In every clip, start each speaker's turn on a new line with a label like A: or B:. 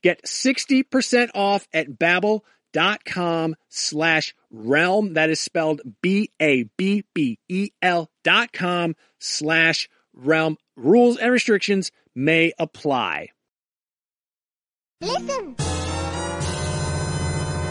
A: Get 60% off at babbel.com slash realm. That is spelled B-A-B-B-E-L E dot com slash realm. Rules and restrictions may apply.
B: Listen.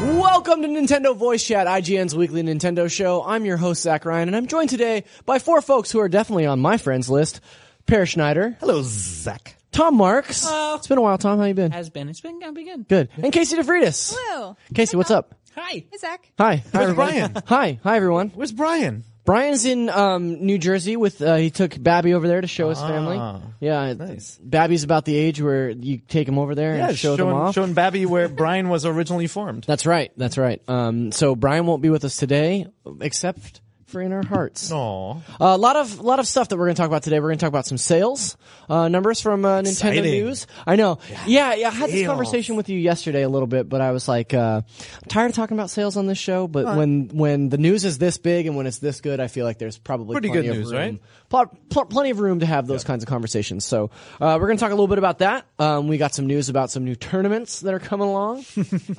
C: Welcome to Nintendo Voice Chat, IGN's weekly Nintendo show. I'm your host, Zach Ryan, and I'm joined today by four folks who are definitely on my friends list. Per Schneider.
D: Hello, Zach.
C: Tom Marks.
E: Hello.
C: It's been a while, Tom. How you been?
E: Has been. It's been gonna be good.
C: Good. And Casey DeFritis.
B: Hello.
C: Casey, what's up?
E: Hi.
B: Hey, Zach.
C: Hi. Hi,
D: Where's
C: everybody.
D: Brian?
C: Hi. Hi, everyone.
D: Where's Brian?
C: Brian's in um, New Jersey with, uh, he took Babby over there to show his family. Yeah.
D: Ah. nice.
C: Babby's about the age where you take him over there and show them
D: showing,
C: off.
D: showing Babby where Brian was originally formed.
C: That's right. That's right. Um, so Brian won't be with us today, except for in our hearts.
D: Aw.
C: Uh, A lot of lot of stuff that we're going to talk about today. We're going to talk about some sales uh, numbers from uh, Nintendo
D: Exciting.
C: News. I know. Yeah, yeah. I had this
D: Sales.
C: conversation with you yesterday a little bit, but I was like, uh, I'm tired of talking about sales on this show. But when when the news is this big and when it's this good, I feel like there's probably
D: Pretty
C: plenty
D: good
C: of
D: news,
C: room,
D: right?
C: pl- pl- plenty of room to have those kinds of conversations. So uh, we're going to talk a little bit about that. Um, we got some news about some new tournaments that are coming along,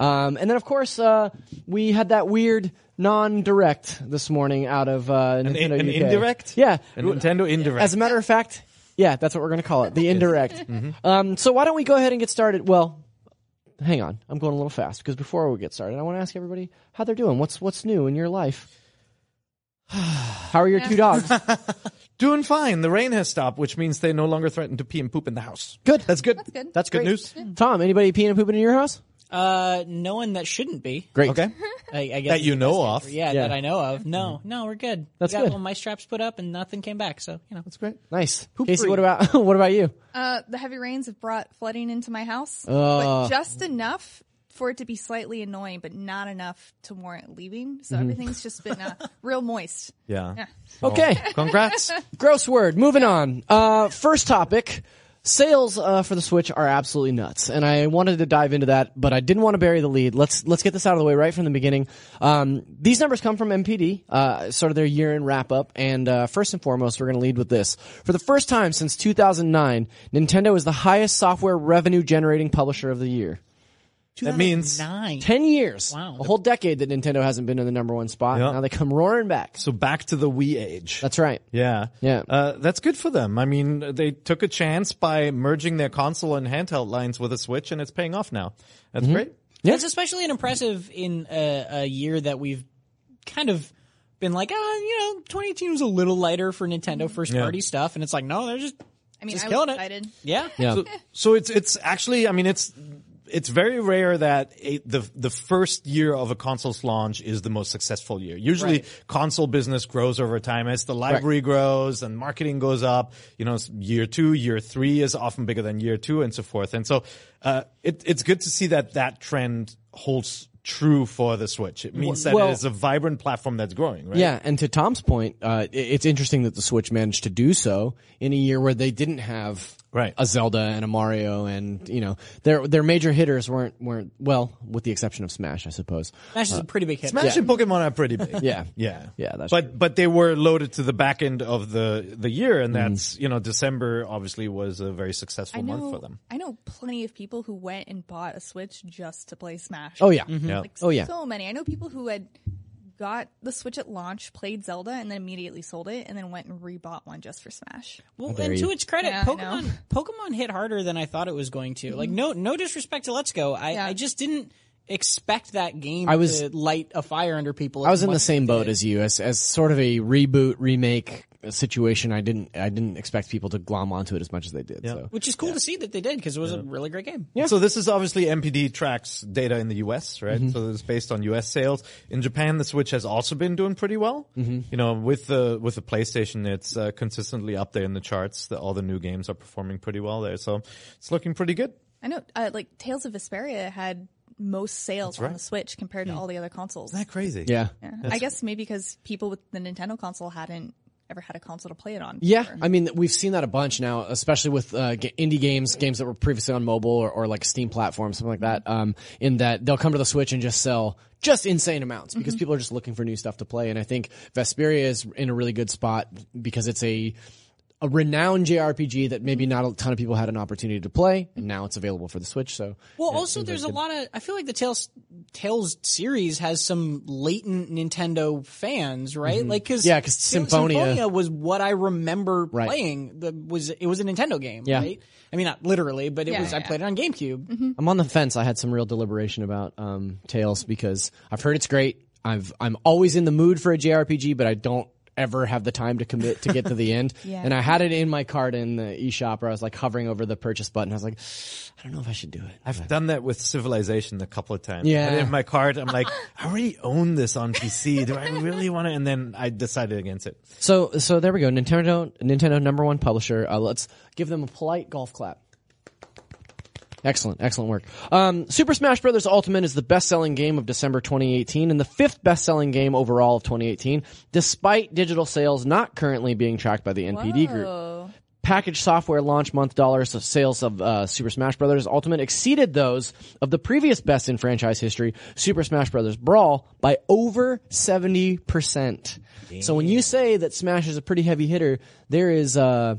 C: um, and then of course uh, we had that weird. Non-direct this morning out of uh, Nintendo
D: an
C: UK.
D: indirect?
C: yeah.
D: And Nintendo indirect.
C: As a matter of fact, yeah, that's what we're going to call it, the indirect.
D: Mm-hmm.
C: um, so why don't we go ahead and get started? Well, hang on, I'm going a little fast because before we get started, I want to ask everybody how they're doing. What's what's new in your life? How are your two dogs?
D: Doing fine. The rain has stopped, which means they no longer threaten to pee and poop in the house.
C: Good.
D: That's good. That's
B: good.
D: That's good news.
C: Tom, anybody peeing and pooping in your house?
B: Uh, no one that shouldn't be.
C: Great.
D: Okay.
B: I, I guess
D: that you know of.
B: Yeah,
C: Yeah.
B: that I know of. No, no, we're good.
C: That's
B: we got
C: good.
B: all my straps put up and nothing came back. So you know,
D: That's great.
C: Nice. Casey, what about what about you?
E: Uh, the heavy rains have brought flooding into my house,
C: Uh.
E: but just enough for it to be slightly annoying, but not enough to warrant leaving. So everything's just been uh, real moist.
D: Yeah.
C: Okay.
D: Congrats.
C: Gross word. Moving on. Uh, first topic. Sales uh, for the Switch are absolutely nuts, and I wanted to dive into that, but I didn't want to bury the lead. Let's let's get this out of the way right from the beginning. Um, these numbers come from MPD, uh, sort of their year-end wrap-up, and uh, first and foremost, we're going to lead with this. For the first time since 2009, Nintendo is the highest software revenue-generating publisher of the year.
D: That means-
B: nine.
C: 10 years.
B: Wow.
C: A whole decade that Nintendo hasn't been in the number one spot.
D: Yeah.
C: Now they come roaring back.
D: so back to the Wii age.
C: That's right.
D: yeah.
C: Yeah.
D: Uh, that's good for them. I mean, they took a chance by merging their console and handheld lines with a Switch, and it's paying off now. That's
C: Mm-hmm.
D: great.
B: It's especially an impressive in a, a year that we've kind of been like, oh, you know, 2018 was a little lighter for Nintendo first party stuff, and it's like, no, they're just,
E: Mm-hmm. I mean,
B: just
E: I was
B: killing it.
E: excited.
B: Yeah,
C: Yeah.
D: So it's it's actually, I mean, it's it's very rare that a, the the first year of a console's launch is the most successful year. Usually, console business grows over time as the library grows and marketing goes up. You know, s- year two, year three is often bigger than year two, and so forth. And so, uh, it, it's good to see that that trend holds true for the Switch. It means that
C: Well-
D: it is a vibrant platform that's growing, right?
C: Yeah, and to Tom's point, uh, i- it's interesting that the Switch managed to do so in a year where they didn't have
D: Right.
C: a Zelda and a Mario, and you know their their major hitters weren't weren't well, with the exception of Smash, I suppose.
B: Smash is a pretty big hit.
D: Smash and Pokemon are pretty big.
C: Yeah,
D: Yeah,
C: Yeah, that's
D: but but they were loaded to the back end of the the year,
C: Mm.
D: and that's you know December obviously was a very successful
E: I know,
D: month for them.
E: I know plenty of people who went and bought a Switch just to play Smash.
C: Oh yeah,
D: Yeah,
E: Like,
C: Oh, yeah.
E: So many. I know people who had got the Switch at launch, played Zelda, and then immediately sold it, and then went and rebought one just for Smash.
B: Well, and to its credit,
E: Yeah, I Mm-hmm.
B: Pokemon Pokemon hit harder than I thought it was going to. Like, no, no disrespect to Let's Go, I,
E: Yeah.
B: I just didn't expect that game.
C: I was-
B: to light a fire under people.
C: I was in the same boat as you, as as sort of a reboot remake situation. I didn't I didn't expect people to glom onto it as much as they did. So
B: which is cool to see that they did because it was a really great game.
D: So this is obviously MPD tracks data in the US,
C: Mm-hmm.
D: right? So it's based on US sales. In Japan, the Switch has also been doing pretty well.
C: Mm-hmm.
D: You know, with the with the PlayStation, it's uh, consistently up there in the charts. The, all the new games are performing pretty well there, so it's looking pretty good.
E: I know, uh, like Tales of Vesperia had most sales on the Switch compared to all the other consoles.
D: Isn't that crazy?
C: yeah.
E: Yeah. I guess maybe because people with the Nintendo console hadn't ever had a console to play it on.
C: Yeah,
E: before.
C: I mean we've seen that a bunch now, especially with uh, g- indie games, games that were previously on mobile or, or like Steam platform, something like that. Um, in that they'll come to the Switch and just sell just insane amounts because people are just looking for new stuff to play. And I think Vesperia is in a really good spot because it's a a renowned JRPG that maybe not a ton of people had an opportunity to play, and now it's available for the Switch. So
B: Well, also there's a lot of. I feel like the Tales Tales series has some latent Nintendo fans, right? Like 'cause Like, because
C: Mm-hmm. Yeah, 'cause Symphonia-
B: was what I remember playing. The, was it was a Nintendo game,
C: Yeah.
B: right? I mean, not literally, but it
E: Yeah,
B: was. I
E: yeah. Mm-hmm.
B: played it on GameCube.
C: I'm on the fence. I had some real deliberation about um, Tales because I've heard it's great. I've I'm always in the mood for a JRPG, but I don't ever have the time to commit to get to the end. And I had it in my cart in the eShop where I was like hovering over the purchase button. I was like, I don't know if I should do it.
D: I've done that with Civilization a couple of times.
C: Yeah.
D: I had it in my card, I'm like, I already own this on PC. Do I really want to? And then I decided against it.
C: So so there we go. Nintendo Nintendo number one publisher. Uh, let's give them a polite golf clap. Excellent, excellent work. Um, Super Smash Bros. Ultimate is the best-selling game of December 2018 and the fifth best-selling game overall of 2018, despite digital sales not currently being tracked by the NPD group.
E: Oh,
C: Package software launch month dollars of sales of uh, Super Smash Bros. Ultimate exceeded those of the previous best in franchise history, Super Smash Bros. Brawl, by over 70%. So when you say that Smash is a pretty heavy hitter, there is uh,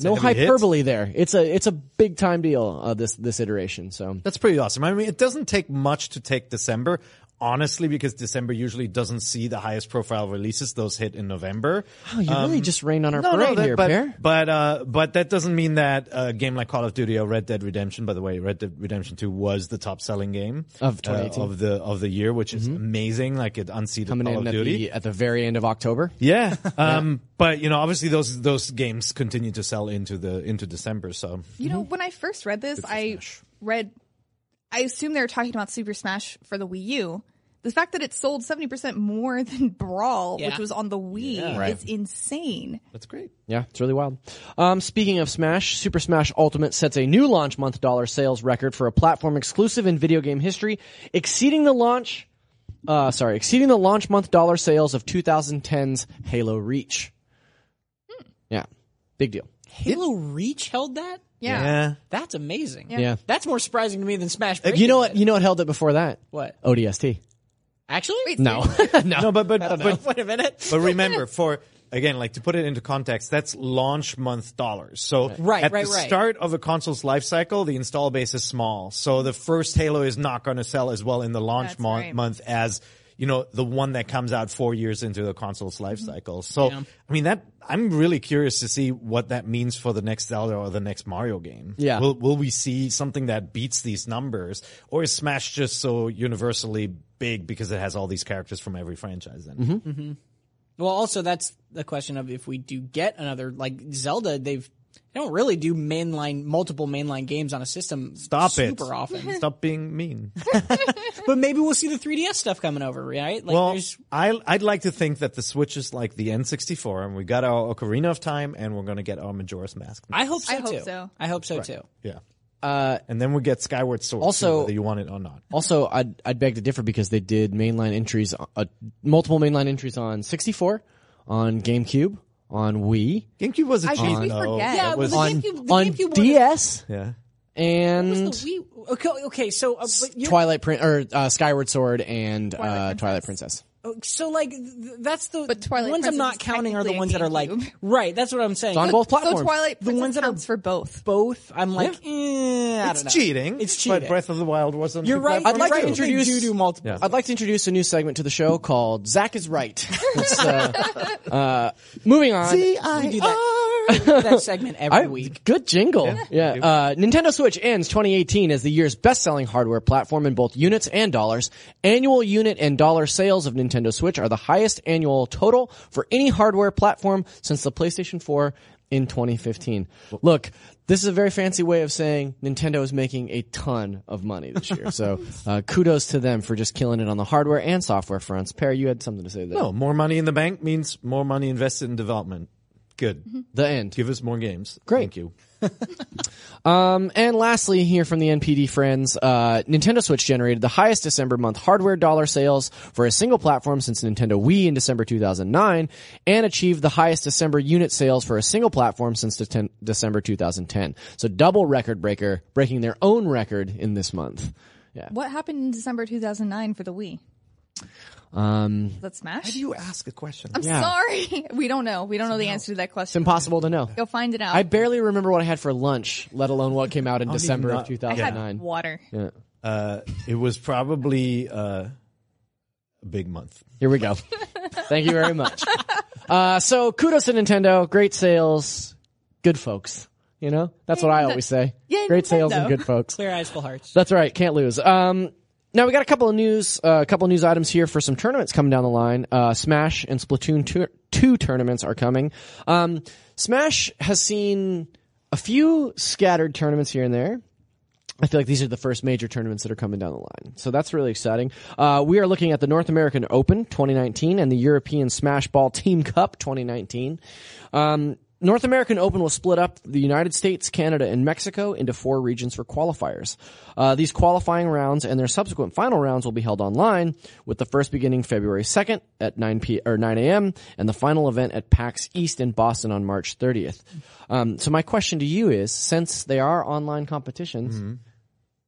C: no
D: heavy hit.
C: hyperbole there. It's a it's a big time deal uh, this this iteration. So
D: That's pretty awesome. I mean, it doesn't take much to take December, honestly, because December usually doesn't see the highest profile releases. Those hit in November.
C: Oh, you really just rained on our
D: No,
C: parade
D: no, that-
C: here,
D: but
C: Pear.
D: but uh, but that doesn't mean that uh, a game like Call of Duty or Red Dead Redemption, by the way, Red Dead Redemption Two was the top selling game
C: Of
D: uh,
C: 2018.
D: of the of the year, which is amazing. Like it unseated
C: Coming
D: Call
C: in
D: of
C: at
D: Duty.
C: the, at the very end of October.
D: Yeah. Um, but you know, obviously those, those games continue to sell into the, into December. So
E: you know, when I first read this, I read I assume they were talking about Super Smash for the Wii U. The fact that it sold 70% more than Brawl,
B: Yeah.
E: which was on the Wii,
D: Right.
E: is insane.
D: That's great.
C: Yeah, it's really wild. Um, speaking of Smash, Super Smash Ultimate sets a new launch month dollar sales record for a platform exclusive in video game history, exceeding the launch, uh, sorry, exceeding the launch month dollar sales of 2010's Halo Reach. Yeah, big deal.
B: Halo Reach held that?
E: Yeah.
B: That's amazing.
C: Yeah.
B: That's more surprising to me than Smash.
C: Uh,
B: Breaking
C: You know
B: did.
C: what? You know what held it before that?
B: What?
C: ODST.
B: Actually?
C: No, no.
D: No, but but but,
B: Wait a minute.
D: but remember for again like to put it into context, that's launch month dollars. So
B: Right,
D: at
B: right,
D: the
B: right.
D: start of a console's life cycle, the install base is small. So the first Halo is not going to sell as well in the launch
E: That's
D: mon-
E: right.
D: month as you know the one that comes out four years into the console's life
E: Mm-hmm.
D: cycle. So I mean that I'm really curious to see what that means for the next Zelda or the next Mario game.
C: Yeah.
D: will will we see something that beats these numbers, or is Smash just so universally big because it has all these characters from every franchise? Then
B: Mm-hmm. Well, also that's the question of if we do get another like Zelda, they've they don't really do mainline multiple mainline games on a system
D: Stop
B: super
D: it.
B: often.
D: Stop being mean.
B: but maybe we'll see the 3DS stuff coming over, right? Like
D: well,
B: there's
D: I, I'd like to think that the Switch is like the N64 and we got our Ocarina of Time and we're going to get our Majora's Mask.
B: I hope so
E: I hope
B: too.
E: so.
B: I hope so too.
D: yeah. Uh, and then we get Skyward Sword. too,
C: also-
D: whether you want it or not.
C: Also, I'd, I'd beg to differ because they did mainline entries, uh, multiple mainline entries on 64, on GameCube, on Wii,
D: GameCube was a
E: I
D: cheat.
E: think we
D: though.
E: forget.
D: That
E: Yeah,
B: well,
D: was-
B: the
C: on,
B: GameCube- the
C: on
B: GameCube one-
C: DS,
D: yeah.
C: and
B: What's the Wii? Mm. Okay, okay so uh, but you're,
C: Twilight Prin- or uh, Skyward Sword and uh, Twilight Princess.
B: so like th- that's the
E: But Twilight
B: ones I'm
E: Princess
B: not
E: is
B: counting are the
E: technically a
B: ones that are like
E: GameCube.
B: right. That's what I'm saying.
C: on both platforms.
E: So Twilight, the
B: ones
E: ones
B: that
E: that
B: are-
E: counts for both.
B: both. I'm like, eh, I don't know.
D: It's cheating.
B: It's cheating.
D: But Breath of the Wild was on
B: You're
D: two
B: right.
D: platforms
B: you're
C: I'd like
B: right,
C: to
D: too.
B: they
C: introduce-
B: do do multiple.
D: Yeah.
C: I'd like to introduce a new segment to the show called Zach is Right. It's, uh, uh, moving on.
B: We do that, we do that segment every
C: I-
B: week.
C: Good jingle. Yeah. Uh, Nintendo Switch ends 2018 as the year's best-selling hardware platform in both units and dollars. Annual unit and dollar sales of Nintendo Switch are the highest annual total for any hardware platform since the PlayStation 4 in 2015. Look, this is a very fancy way of saying Nintendo is making a ton of money this year. So, uh, kudos to them for just killing it on the hardware and software fronts. Perry, you had something to say there.
D: No, Oh, more money in the bank means more money invested in development. Good.
B: Mm-hmm.
C: The end.
D: Give us more games.
C: Great.
D: Thank you.
C: And lastly, here from the NPD friends, uh, Nintendo Switch generated the highest December month hardware dollar sales for a single platform since Nintendo Wii in December 2009, and achieved the highest December unit sales for a single platform since de- December 2010. So double record breaker, breaking their own record in this month.
E: What happened in December 2009 for the Wii?
C: Um,
E: Is that Smash?
D: You ask a question.
E: I'm sorry. We don't know. We don't know the answer to that question.
C: impossible to know.
E: Go find it out.
C: I barely remember what I had for lunch, let alone what came out in December of
D: not- I had
E: I
C: 2009.
E: had water.
D: Uh, it was probably uh, a big month.
C: Here we go. Thank you very much. Uh, so kudos to Nintendo. Great sales. Good folks. You know, that's what I always say.
E: Yay,
C: Great sales and
E: Nintendo.
C: good folks.
B: Clear eyes, full hearts.
C: That's right. Can't lose. Um, now we got a couple of news, uh, a couple of news items here for some tournaments coming down the line. Uh, Smash and Splatoon two, two tournaments are coming. Um, Smash has seen a few scattered tournaments here and there. I feel like these are the first major tournaments that are coming down the line. So that's really exciting. Uh, we are looking at the North American Open 2019 and the European Smash Ball Team Cup 2019. Um, North American Open will split up the United States, Canada, and Mexico into four regions for qualifiers. Uh, these qualifying rounds and their subsequent final rounds will be held online, with the first beginning February 2nd at 9 p or 9 a.m. and the final event at PAX East in Boston on March 30th. Um, so my question to you is, since they are online competitions,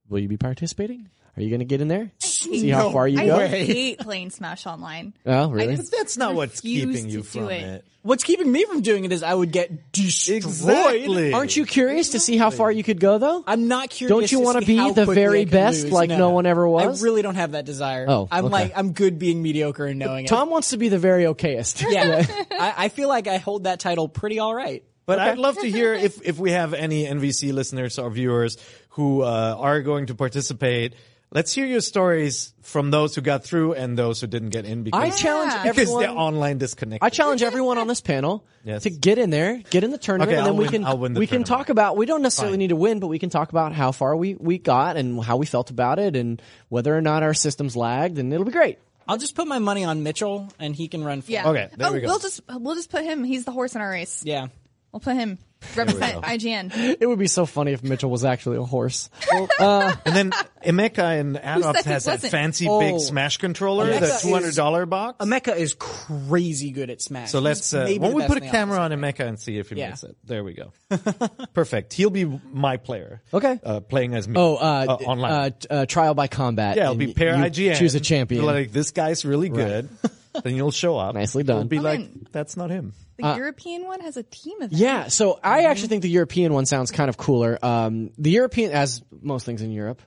C: will you be participating? Are you going to get in there? See how far you
E: I
C: go?
E: hate playing Smash Online.
C: Oh, really?
E: just
D: That's not what's
E: refuse
D: keeping
E: to
D: you
E: do
D: from
E: it.
D: it.
B: What's keeping me from doing it is I would get destroyed.
D: Exactly.
C: Aren't you curious to see how far you could go though?
B: I'm not curious.
C: Don't you
B: want
C: wanna
B: to see
C: be
B: how
C: the
B: quickly
C: very
B: I can
C: best
B: lose.
C: like no one ever was?
B: I really don't have that desire.
C: Oh,
B: I'm
C: okay.
B: like I'm good being mediocre and knowing
C: Tom wants to be the very okayest.
B: it. Yeah, I, I feel like I hold that title pretty all right.
D: But I'd love to hear if if we have any NVC listeners or viewers who uh, are going to participate. Let's hear your stories from those who got through and those who didn't get in
C: I
D: because,
C: challenge
E: Yeah.
D: because
C: everyone.
D: they're online disconnected.
C: I challenge everyone on this panel
D: Yes.
C: to get in there, get in the tournament,
D: Okay,
C: and then
D: I'll
C: we
D: win-
C: can
D: I'll win the
C: we
D: tournament.
C: can talk about. We don't necessarily
D: Fine.
C: need to win, but we can talk about how far we we got and how we felt about it, and whether or not our systems lagged, and it'll be great.
B: I'll just put my money on Mitchell, and he can run. For
E: Yeah.
D: Okay, there
E: oh,
D: we go.
E: will just we'll just put him. He's the horse in our race.
B: yeah.
E: We'll put him represent IGN.
C: It would be so funny if Mitchell was actually a horse.
D: Uh, and then Emeka in Adopt
E: says he
D: has that
E: wasn't?
D: fancy
B: Oh.
D: big Smash controller,
B: Emeka
D: the
B: is-
D: two hundred dollar box.
B: Mecca is crazy good at Smash.
D: so let's uh,
B: Maybe
D: why
B: the
D: don't we
B: best
D: put a
B: thing else.
D: camera on Emeka and see if he
B: Yeah.
D: makes it. There we go. Perfect. He'll be my player.
C: Okay.
D: Uh, playing as me.
C: Oh, uh,
D: uh, online.
C: uh, t- uh, trial by combat.
D: yeah, it'll
C: and
D: be pair
C: you
D: IGN.
C: Choose a champion.
D: Be Like this guy's really good. then you'll show up.
C: Nicely
D: You'll
C: done.
D: be
E: Oh,
D: like,
E: man.
D: that's not him.
E: The European one has a team of them.
C: Uh, Yeah, so I actually think the European one sounds kind of cooler. Um, the European, as most things in Europe.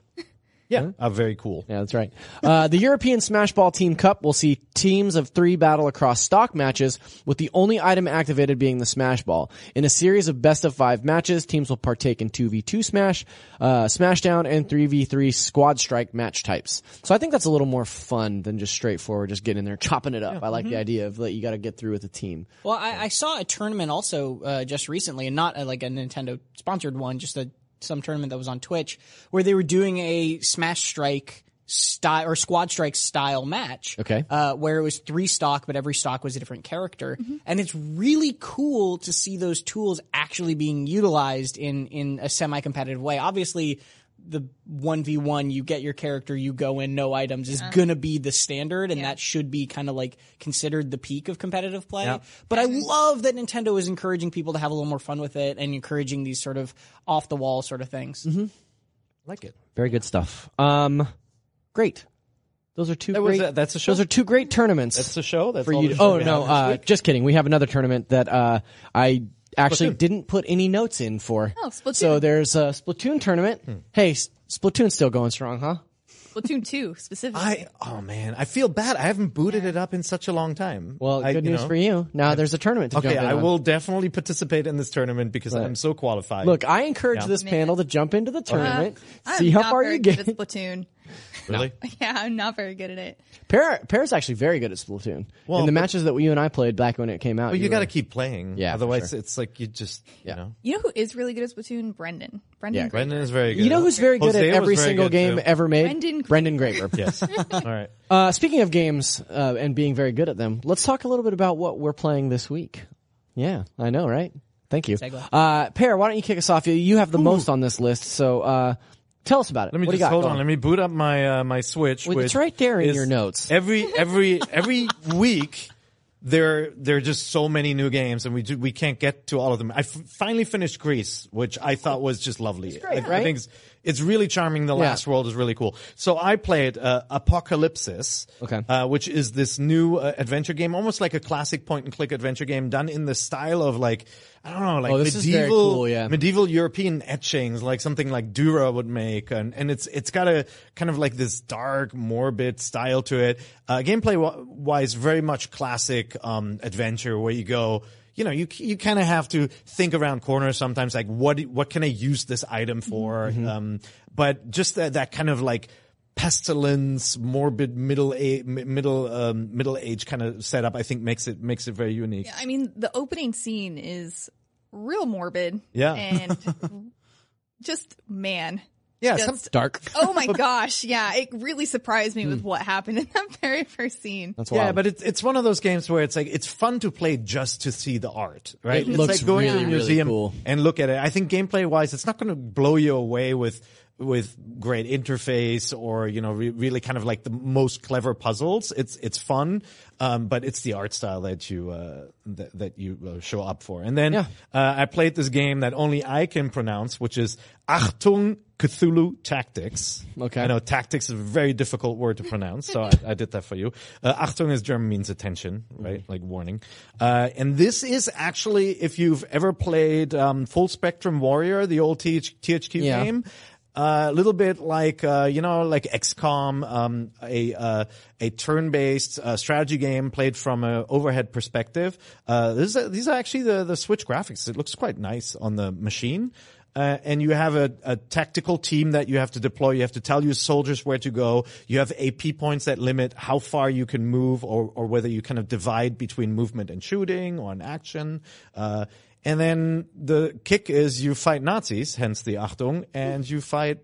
D: Yeah. Uh, very cool.
C: Yeah, that's right. Uh, the European Smash Ball Team Cup will see teams of three battle across stock matches, with the only item activated being the Smash Ball. In a series of best of five matches, teams will partake in 2v2 Smash, uh, Smashdown, and 3v3 Squad Strike match types. So I think that's a little more fun than just straightforward, just getting in there, chopping it up. I
D: Mm-hmm.
C: like the idea of that you gotta get through with a team.
B: Well, I, I saw a tournament also uh, just recently, and not uh like a Nintendo sponsored one, just a some tournament that was on Twitch where they were doing a Smash Strike style or Squad Strike style match.
C: Okay.
B: uh, where it was three stock, but every stock was a different character, and it's really cool to see those tools actually being utilized in in a semi competitive way. Obviously. The one v one, you get your character, you go in, no items is gonna be the standard, and that should be kind of like considered the peak of competitive play. But I love that Nintendo is encouraging people to have a little more fun with it and encouraging these sort of off the wall sort of things.
C: Mm-hmm.
D: Like it.
C: Very good stuff. Um, great. Those are two
D: That was
C: great.
D: a- that's a show.
C: those are two great tournaments.
D: That's the show. That's
C: for
D: all
C: you.
D: the
C: To,
D: show
C: oh
D: we
C: no,
D: have this
C: uh,
D: week.
C: just kidding. We have another tournament that uh, I actually didn't put any notes in for.
E: Oh, Splatoon.
C: So there's a Splatoon tournament.
D: Hmm.
C: Hey, S- Splatoon's still going strong, huh?
E: Splatoon two specifically.
D: I oh man, I feel bad. I haven't booted it up in such a long time.
C: Well,
D: I,
C: good
D: you
C: news
D: know.
C: for you. Now there's a tournament to
D: Okay,
C: jump in
D: I
C: on.
D: will definitely participate in this tournament because I'm so qualified.
C: Look, I encourage
D: Yeah.
C: this panel to jump into the tournament,
E: Uh, I'm
C: see how
E: not
C: far
E: very
C: you
E: good at
C: get.
E: Splatoon.
D: really?
E: Yeah, I'm not very good at it.
C: Pear, Pear's actually very good at Splatoon.
D: Well,
C: in the
D: but-
C: matches that you and I played back when it came out,
D: But you got to
C: were-
D: keep playing.
C: Yeah, for
D: Otherwise,
C: sure.
D: it's like you just you know.
E: You know who is really good at Splatoon? Brendan. Brendan.
C: Yeah,
E: Granger.
D: Brendan is very good.
C: You know who's very good
D: Jose
C: at
D: was
C: every
D: very
C: single
D: good,
C: game
D: too.
C: ever made?
E: Brendan Graber.
C: Brendan Graber.
D: Yes. All right.
C: Uh, speaking of games uh, and being very good at them, let's talk a little bit about what we're playing this week. Yeah, I know, right? Thank you. Uh, Pear, why don't you kick us off? You- You have the most on this list, so uh, tell us about it.
D: Let me
C: what do you
D: just
C: got?
D: hold
C: Go
D: on. Let me boot up my uh, my Switch.
C: Well,
D: which
C: it's right there in
D: is-
C: your notes.
D: Every every every week there there are just so many new games, and we do, we can't get to all of them. I f- finally finished Greece, which I thought was just lovely. I, I
C: right?
D: think it's, it's really charming. The Last World is really cool. So I played uh, Apocalypsis,
C: Okay.
D: uh, which is this new uh, adventure game, almost like a classic point and click adventure game, done in the style of like I don't know, like
C: Oh, this is very
D: medieval
C: cool, yeah.
D: medieval European etchings, like something like Dürer would make, and, and it's it's got a kind of like this dark, morbid style to it. Uh, gameplay wa- wise, very much classic um, adventure where you go. You know, you you kind of have to think around corners sometimes, like what what can I use this item for?
C: Mm-hmm.
D: Um, but just that, that kind of like pestilence, morbid middle a, mi- middle um, middle age kind of setup, I think makes it makes it very unique.
E: I mean, the opening scene is real morbid.
D: Yeah.
E: And just man.
D: Yeah,
E: Just-
D: some-
C: Dark.
E: Oh my gosh. Yeah. It really surprised me with
C: Hmm.
E: what happened in that very first scene.
C: That's
D: Yeah,
C: wild.
D: but it's it's one of those games where it's like it's fun to play just to see the art, right?
C: It
D: it's
C: looks
D: like going
C: really,
D: to a
C: really
D: museum
C: cool.
D: and look at it. I think gameplay wise, it's not going to blow you away with with great interface or you know re- really kind of like the most clever puzzles. It's it's fun, um, but it's the art style that you uh, that, that you uh, show up for. And then
C: Yeah.
D: uh, I played this game that only I can pronounce, which is Achtung Cthulhu Tactics.
C: Okay.
D: I know tactics is a very difficult word to pronounce, so I, I did that for you. Uh, Achtung is German means attention, right?
C: Mm-hmm.
D: Like warning. Uh, and this is actually, if you've ever played um, Full Spectrum Warrior, the old TH- THQ
C: Yeah.
D: game, a little bit like uh, you know, like XCOM, um, a uh, a turn-based uh, strategy game played from an overhead perspective. Uh, this is these are actually the the Switch graphics. It looks quite nice on the machine. uh, and you have a, a tactical team that you have to deploy. You have to tell your soldiers where to go. You have AP points that limit how far you can move or, or whether you kind of divide between movement and shooting or an action. Uh, and then the kick is you fight Nazis, hence the Achtung, and you fight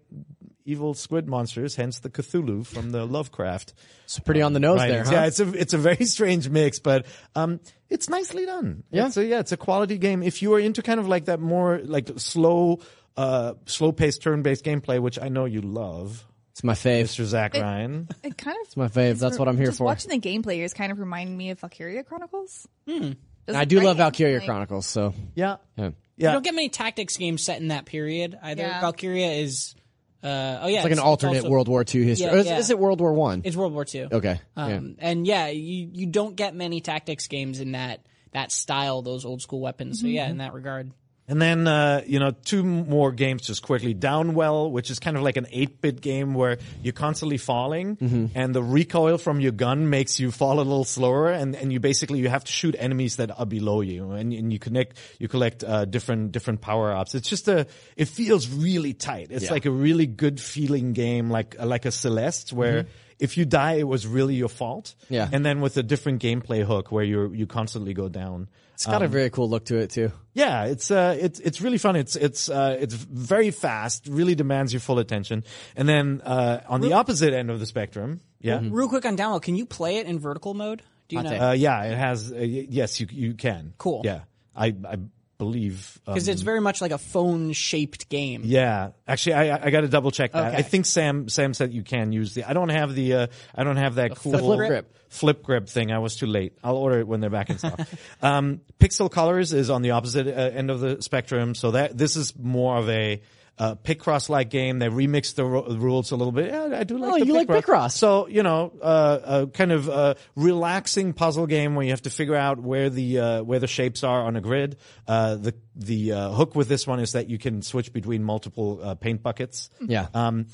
D: evil squid monsters, hence the Cthulhu from the Lovecraft.
C: It's pretty on the nose there,
D: writings.
C: huh?
D: Yeah, it's a it's a very strange mix, but um, it's nicely done. Yeah, so yeah, it's a quality game. If you are into kind of like that more like slow, uh, slow paced turn based gameplay, which I know you love,
C: It's my fave.
D: Mr. Zach Ryan.
E: It kind of
C: my fave. That's what I'm here
E: just
C: for.
E: Watching the gameplay is kind of reminding me of Valkyria Chronicles.
B: Hmm.
E: Doesn't
C: I do
E: strike
C: love
E: you?
C: Valkyria
E: Like,
C: Chronicles, so
D: Yeah,
C: yeah.
B: You don't get many tactics games set in that period either.
E: Yeah.
B: Valkyria is, uh, oh yeah,
C: It's like an alternate
B: also-
C: World War II history.
B: Yeah,
C: Or is,
B: yeah.
C: is it World War One?
B: It's World War II.
C: Okay. yeah.
B: Um, And yeah, you, you don't get many tactics games in that that style, those old school weapons. So yeah, in that regard,
D: And then, uh, you know, two more games just quickly. Downwell, which is kind of like an 8-bit game where you're constantly falling
C: Mm-hmm.
D: and the recoil from your gun makes you fall a little slower and, and you basically, you have to shoot enemies that are below you and, and you connect, you collect, uh, different, different power-ups. It's just a, it feels really tight. It's like a really good feeling game, like, uh, like a Celeste where if you die, it was really your fault.
C: Mm-hmm. Yeah.
D: And then with a different gameplay hook where you're, you constantly go down.
C: It's got a very cool look to it too.
D: Yeah, it's uh, it's it's really fun. It's it's uh, it's very fast. Really demands your full attention. And then uh, on the opposite end of the spectrum, yeah,
C: Mm-hmm.
B: real quick on download, can you play it in vertical mode? Do you know?
D: uh, yeah, it has. Uh, y- yes, you you can.
B: Cool.
D: Yeah, I I believe. Um,
B: Because it's very much like a phone shaped game.
D: yeah, actually, I I got to double check that.
B: Okay.
D: I think Sam Sam said you can use the. I don't have the. Uh, I don't have that cool
C: flip grip? grip.
D: flip grip thing. I was too late. I'll order it when they're back in stock. um, Pixel Colors is on the opposite uh, end of the spectrum, so that this is more of a uh, Picross like game. They remixed the ru- rules a little bit. Yeah, I do like.
C: Oh,
D: the
C: you like Picross.
D: So you know, uh, uh, kind of uh, relaxing puzzle game where you have to figure out where the uh, where the shapes are on a grid. Uh, the the uh, hook with this one is that you can switch between multiple uh, paint buckets
C: Yeah.
D: Um,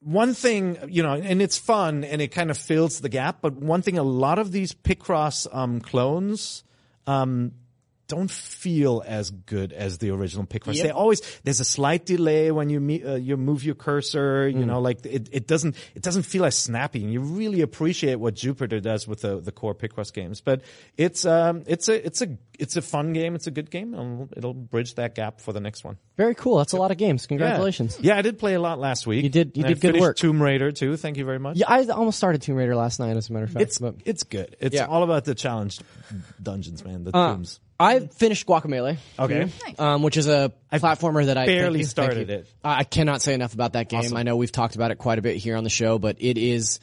D: one thing, you know, and it's fun and it kind of fills the gap, but one thing a lot of these Picross um, clones um, don't feel as good as the original Picross. They always there's a slight delay when you me, uh, you move your cursor, you know, like it, it doesn't it doesn't feel as snappy. And you really appreciate what Jupiter does with the, the core Picross games, but it's um it's a it's a it's a fun game. It's a good game. and it'll bridge that gap for the next one.
C: very cool. That's a lot of games.
D: Yeah.
C: Congratulations.
D: Yeah, I did play a lot last week.
C: You did- you
D: And I
C: did good
D: finished
C: work.
D: Tomb Raider too. Thank you very much.
C: Yeah, I almost started Tomb Raider last night, as a matter of fact.
D: It's
C: but-
D: it's good. It's
C: Yeah.
D: all about the challenge dungeons, man. The
C: Uh,
D: tombs.
C: I finished Guacamole.
D: Okay.
C: Um, which is a platformer that I
D: barely
C: thank you- thank
D: started
C: you.
D: it.
C: I I cannot say enough about that game. I know we've talked about it quite a bit here on the show, but it is,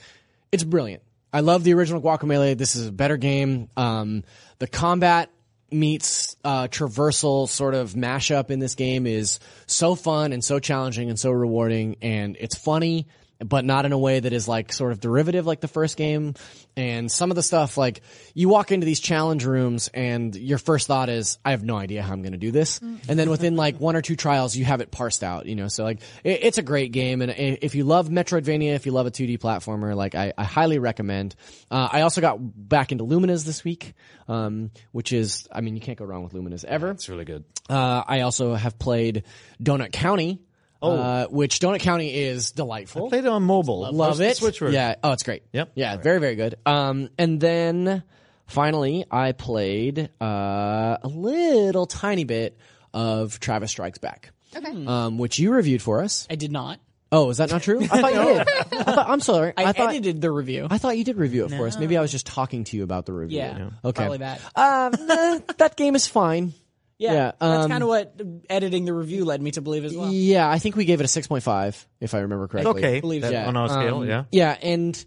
C: it's brilliant. I love the original Guacamole. This is a better game. Um, the combat meets uh, traversal sort of mashup in this game is so fun and so challenging and so rewarding, and it's funny but not in a way that is like sort of derivative like the first game. And some of the stuff like you walk into these challenge rooms and your first thought is, I have no idea how I'm going to do this. And then within like one or two trials, you have it parsed out, you know, so like it, it's a great game. And i- if you love Metroidvania, if you love a 2D platformer, like I, I highly recommend. Uh, I also got back into Lumina's this week, um, which is, I mean, you can't go wrong with Lumina's ever.
D: It's really good.
C: Uh, I also have played Donut County, uh, which Donut County is delightful.
D: Played it on mobile.
C: Love it.
D: First Switch version.
C: Yeah. Oh, it's great.
D: Yep.
C: Yeah. Very, very good. Um, and then finally, I played uh, a little tiny bit of Travis Strikes Back. Okay.
B: Hmm.
C: Um, which you reviewed for us.
B: I did not.
C: Oh, is that not true? I thought you did. I thought, I'm sorry.
B: I,
C: thought
B: edited the review.
C: I thought you did review it for us. Maybe I was just talking to you about the review.
B: yeah.
C: Okay.
B: Probably that.
C: Um, eh, that game is fine.
B: yeah.
C: yeah,
B: that's
C: um,
B: kind of what editing the review led me to believe as well.
C: Yeah, I think we gave it a 6.5 if I remember correctly.
D: Okay.
B: Believe
D: That-
B: so.
D: On our scale,
C: Um,
D: yeah.
C: Yeah, and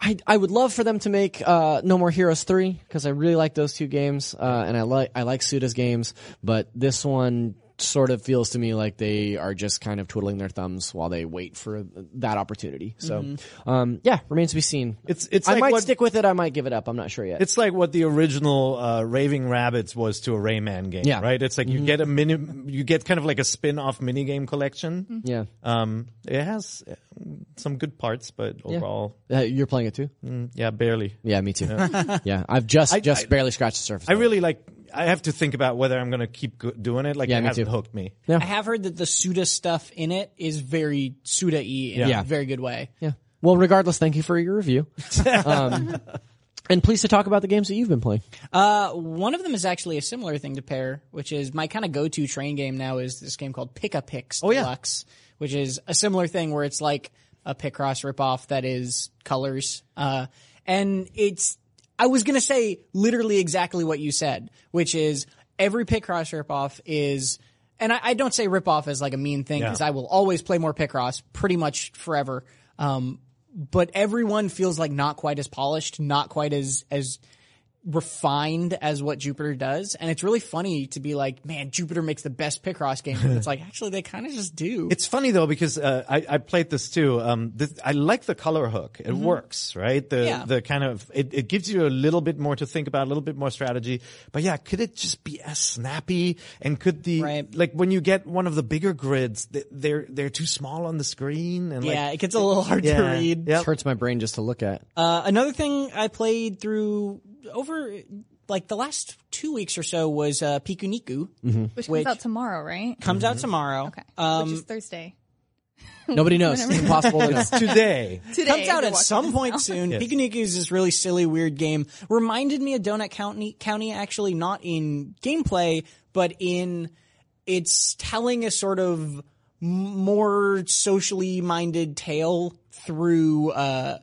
C: I I would love for them to make uh, No More Heroes three because I really like those two games, uh, and I like I like Suda's games, but this one sort of feels to me like they are just kind of twiddling their thumbs while they wait for that opportunity. So, um, yeah, remains to be seen.
D: It's Mm-hmm. it's
C: I
D: like
C: might
D: what,
C: stick with it. I might give it up. I'm not sure yet.
D: It's like what the original uh, Raving Rabbits was to a Rayman game,
C: Yeah. Mm-hmm.
D: right? It's like you get a mini, you get kind of like a spin-off mini game collection.
C: yeah,
D: Um, it has uh, some good parts, but overall,
C: Uh, you're playing it too.
D: yeah, barely.
C: Yeah, me too. yeah, I've just just barely scratched the surface.
D: Mm. I
C: of it.
D: really like I have to think about whether I'm going to keep go- doing it. Like
C: Yeah,
D: it
C: me
D: hasn't
C: too.
D: hooked me.
C: Yeah.
B: I have heard that the Suda stuff in it is very Suda y in
C: Yeah.
B: a very good way.
C: Yeah. Well, regardless, thank you for your review. um, and please to talk about the games that you've been playing.
B: Uh, one of them is actually a similar thing to pair, which is my kind of go-to train game now is this game called Pick a Picks Deluxe, which is a similar thing where it's like a Picross ripoff that is colors. Uh, and it's, I was gonna say literally exactly what you said, which is every Picross ripoff is, and I, I don't say ripoff as like a mean thing because I will always play more Picross pretty much forever. Um, but everyone feels like not quite as polished, not quite as, as, refined as what Jupiter does. And it's really funny to be like, man, Jupiter makes the best Picross game. But it's like, actually, they kind of just do.
D: It's funny though because uh, I, I played this too. Um, this, I like the color hook; it works, right? The
B: Mm-hmm. Yeah.
D: the kind of it, it gives you a little bit more to think about, a little bit more strategy. But yeah, could it just be as snappy? And could the
B: Right.
D: like when you get one of the bigger grids, th- they're they're too small on the screen, and
B: yeah,
D: like,
B: it gets a little hard to
D: yeah,
B: read.
D: yep.
C: hurts my brain just to look at.
B: Uh, another thing I played through over like the last two weeks or so was uh, Pikuniku.
D: Mm-hmm.
E: which comes
B: Which-
E: out tomorrow, right?
B: Comes out tomorrow.
E: Okay,
B: Um,
E: which is Thursday.
C: Nobody knows. It's impossible to know.
D: today.
E: Today
B: comes out
E: we're
B: at
E: watching
B: some
E: this
B: point
E: now.
B: soon. Pikuniku is this really silly, weird game. Reminded me of Donut County, County actually, not in gameplay, but in it's telling a sort of m- more socially minded tale through uh,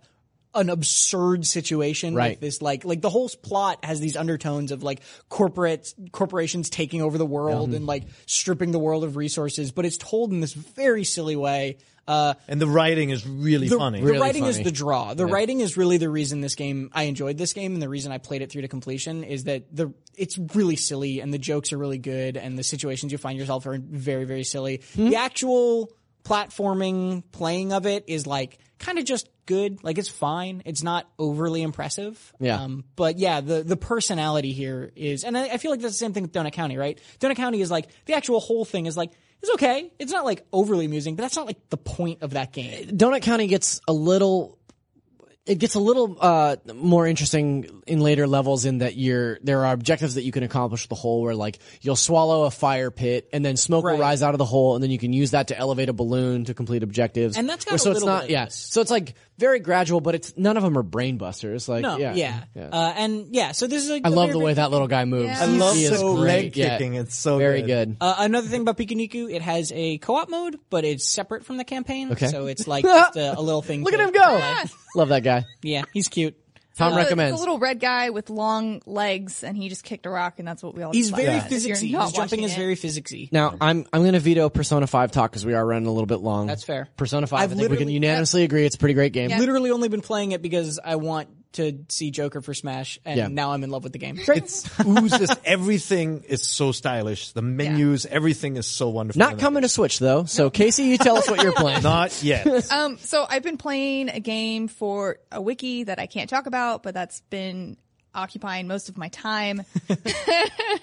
B: an absurd situation. with
C: Right.
B: this like like the whole plot has these undertones of like corporate corporations taking over the world and like stripping the world of resources, but it's told in this very silly way. Uh,
D: And the writing is really
B: the,
D: funny.
B: the writing is the draw. The writing is really the reason this game I enjoyed this game and the reason I played it through to completion is that the it's really silly and the jokes are really good and the situations you find yourself are very very silly.
D: Hmm?
B: The actual platforming playing of it is like kind of just good. Like it's fine. It's not overly impressive. Um,
C: Yeah.
B: but yeah, the the personality here is, and I, I feel like that's the same thing with Donut County, right? Donut County is like the actual whole thing is like. It's okay. It's not like overly amusing, but that's not like the point of that game.
C: Donut County gets a little it gets a little uh, more interesting in later levels in that you're there are objectives that you can accomplish with the hole where like you'll swallow a fire pit and then smoke will
B: Right.
C: rise out of the hole and then you can use that to elevate a balloon to complete objectives
B: And that's got
C: Where-
B: a
C: so it's
B: little
C: not
B: bit of
C: yeah
B: this.
C: so it's like very gradual but it's none of them are brain busters like
B: No,
C: yeah
B: yeah, Uh, and yeah. So this is. I
C: I love the way that little guy moves
E: Yeah. I
C: He
D: love
C: is
D: the
C: great.
D: leg
C: Yeah.
D: kicking. It's so
C: very
D: good.
C: good
B: Uh, another thing about Pikuniku, it has a co-op mode, but it's separate from the campaign.
C: Okay.
B: So it's like just a, a little thing.
C: look at
B: to-
C: him go love that guy
B: Yeah, he's cute.
C: Tom
E: So Uh, it's
C: recommends
E: a little red guy with long legs, and he just kicked a rock, and that's what we all.
B: He's
E: just laughed
B: very
E: at. If you're
B: physicsy.
E: not
B: His jumping
E: watching
B: is
E: it,
B: very physicsy.
C: Now I'm I'm going to veto Persona Five talk because we are running a little bit long.
B: That's fair.
C: Persona 5 i
B: I've
C: think we can
B: literally-
C: unanimously agree it's a pretty great game.
B: Literally only been playing it because I want to see Joker for Smash, and
C: Yeah.
B: now I'm in love with the game.
D: It's oozes. Everything is so stylish. The menus, everything is so wonderful.
C: Not coming to Switch though. So Casey, you tell us what you're playing.
D: Not yet.
E: Um, so I've been playing a game for a wiki that I can't talk about, but that's been occupying most of my time.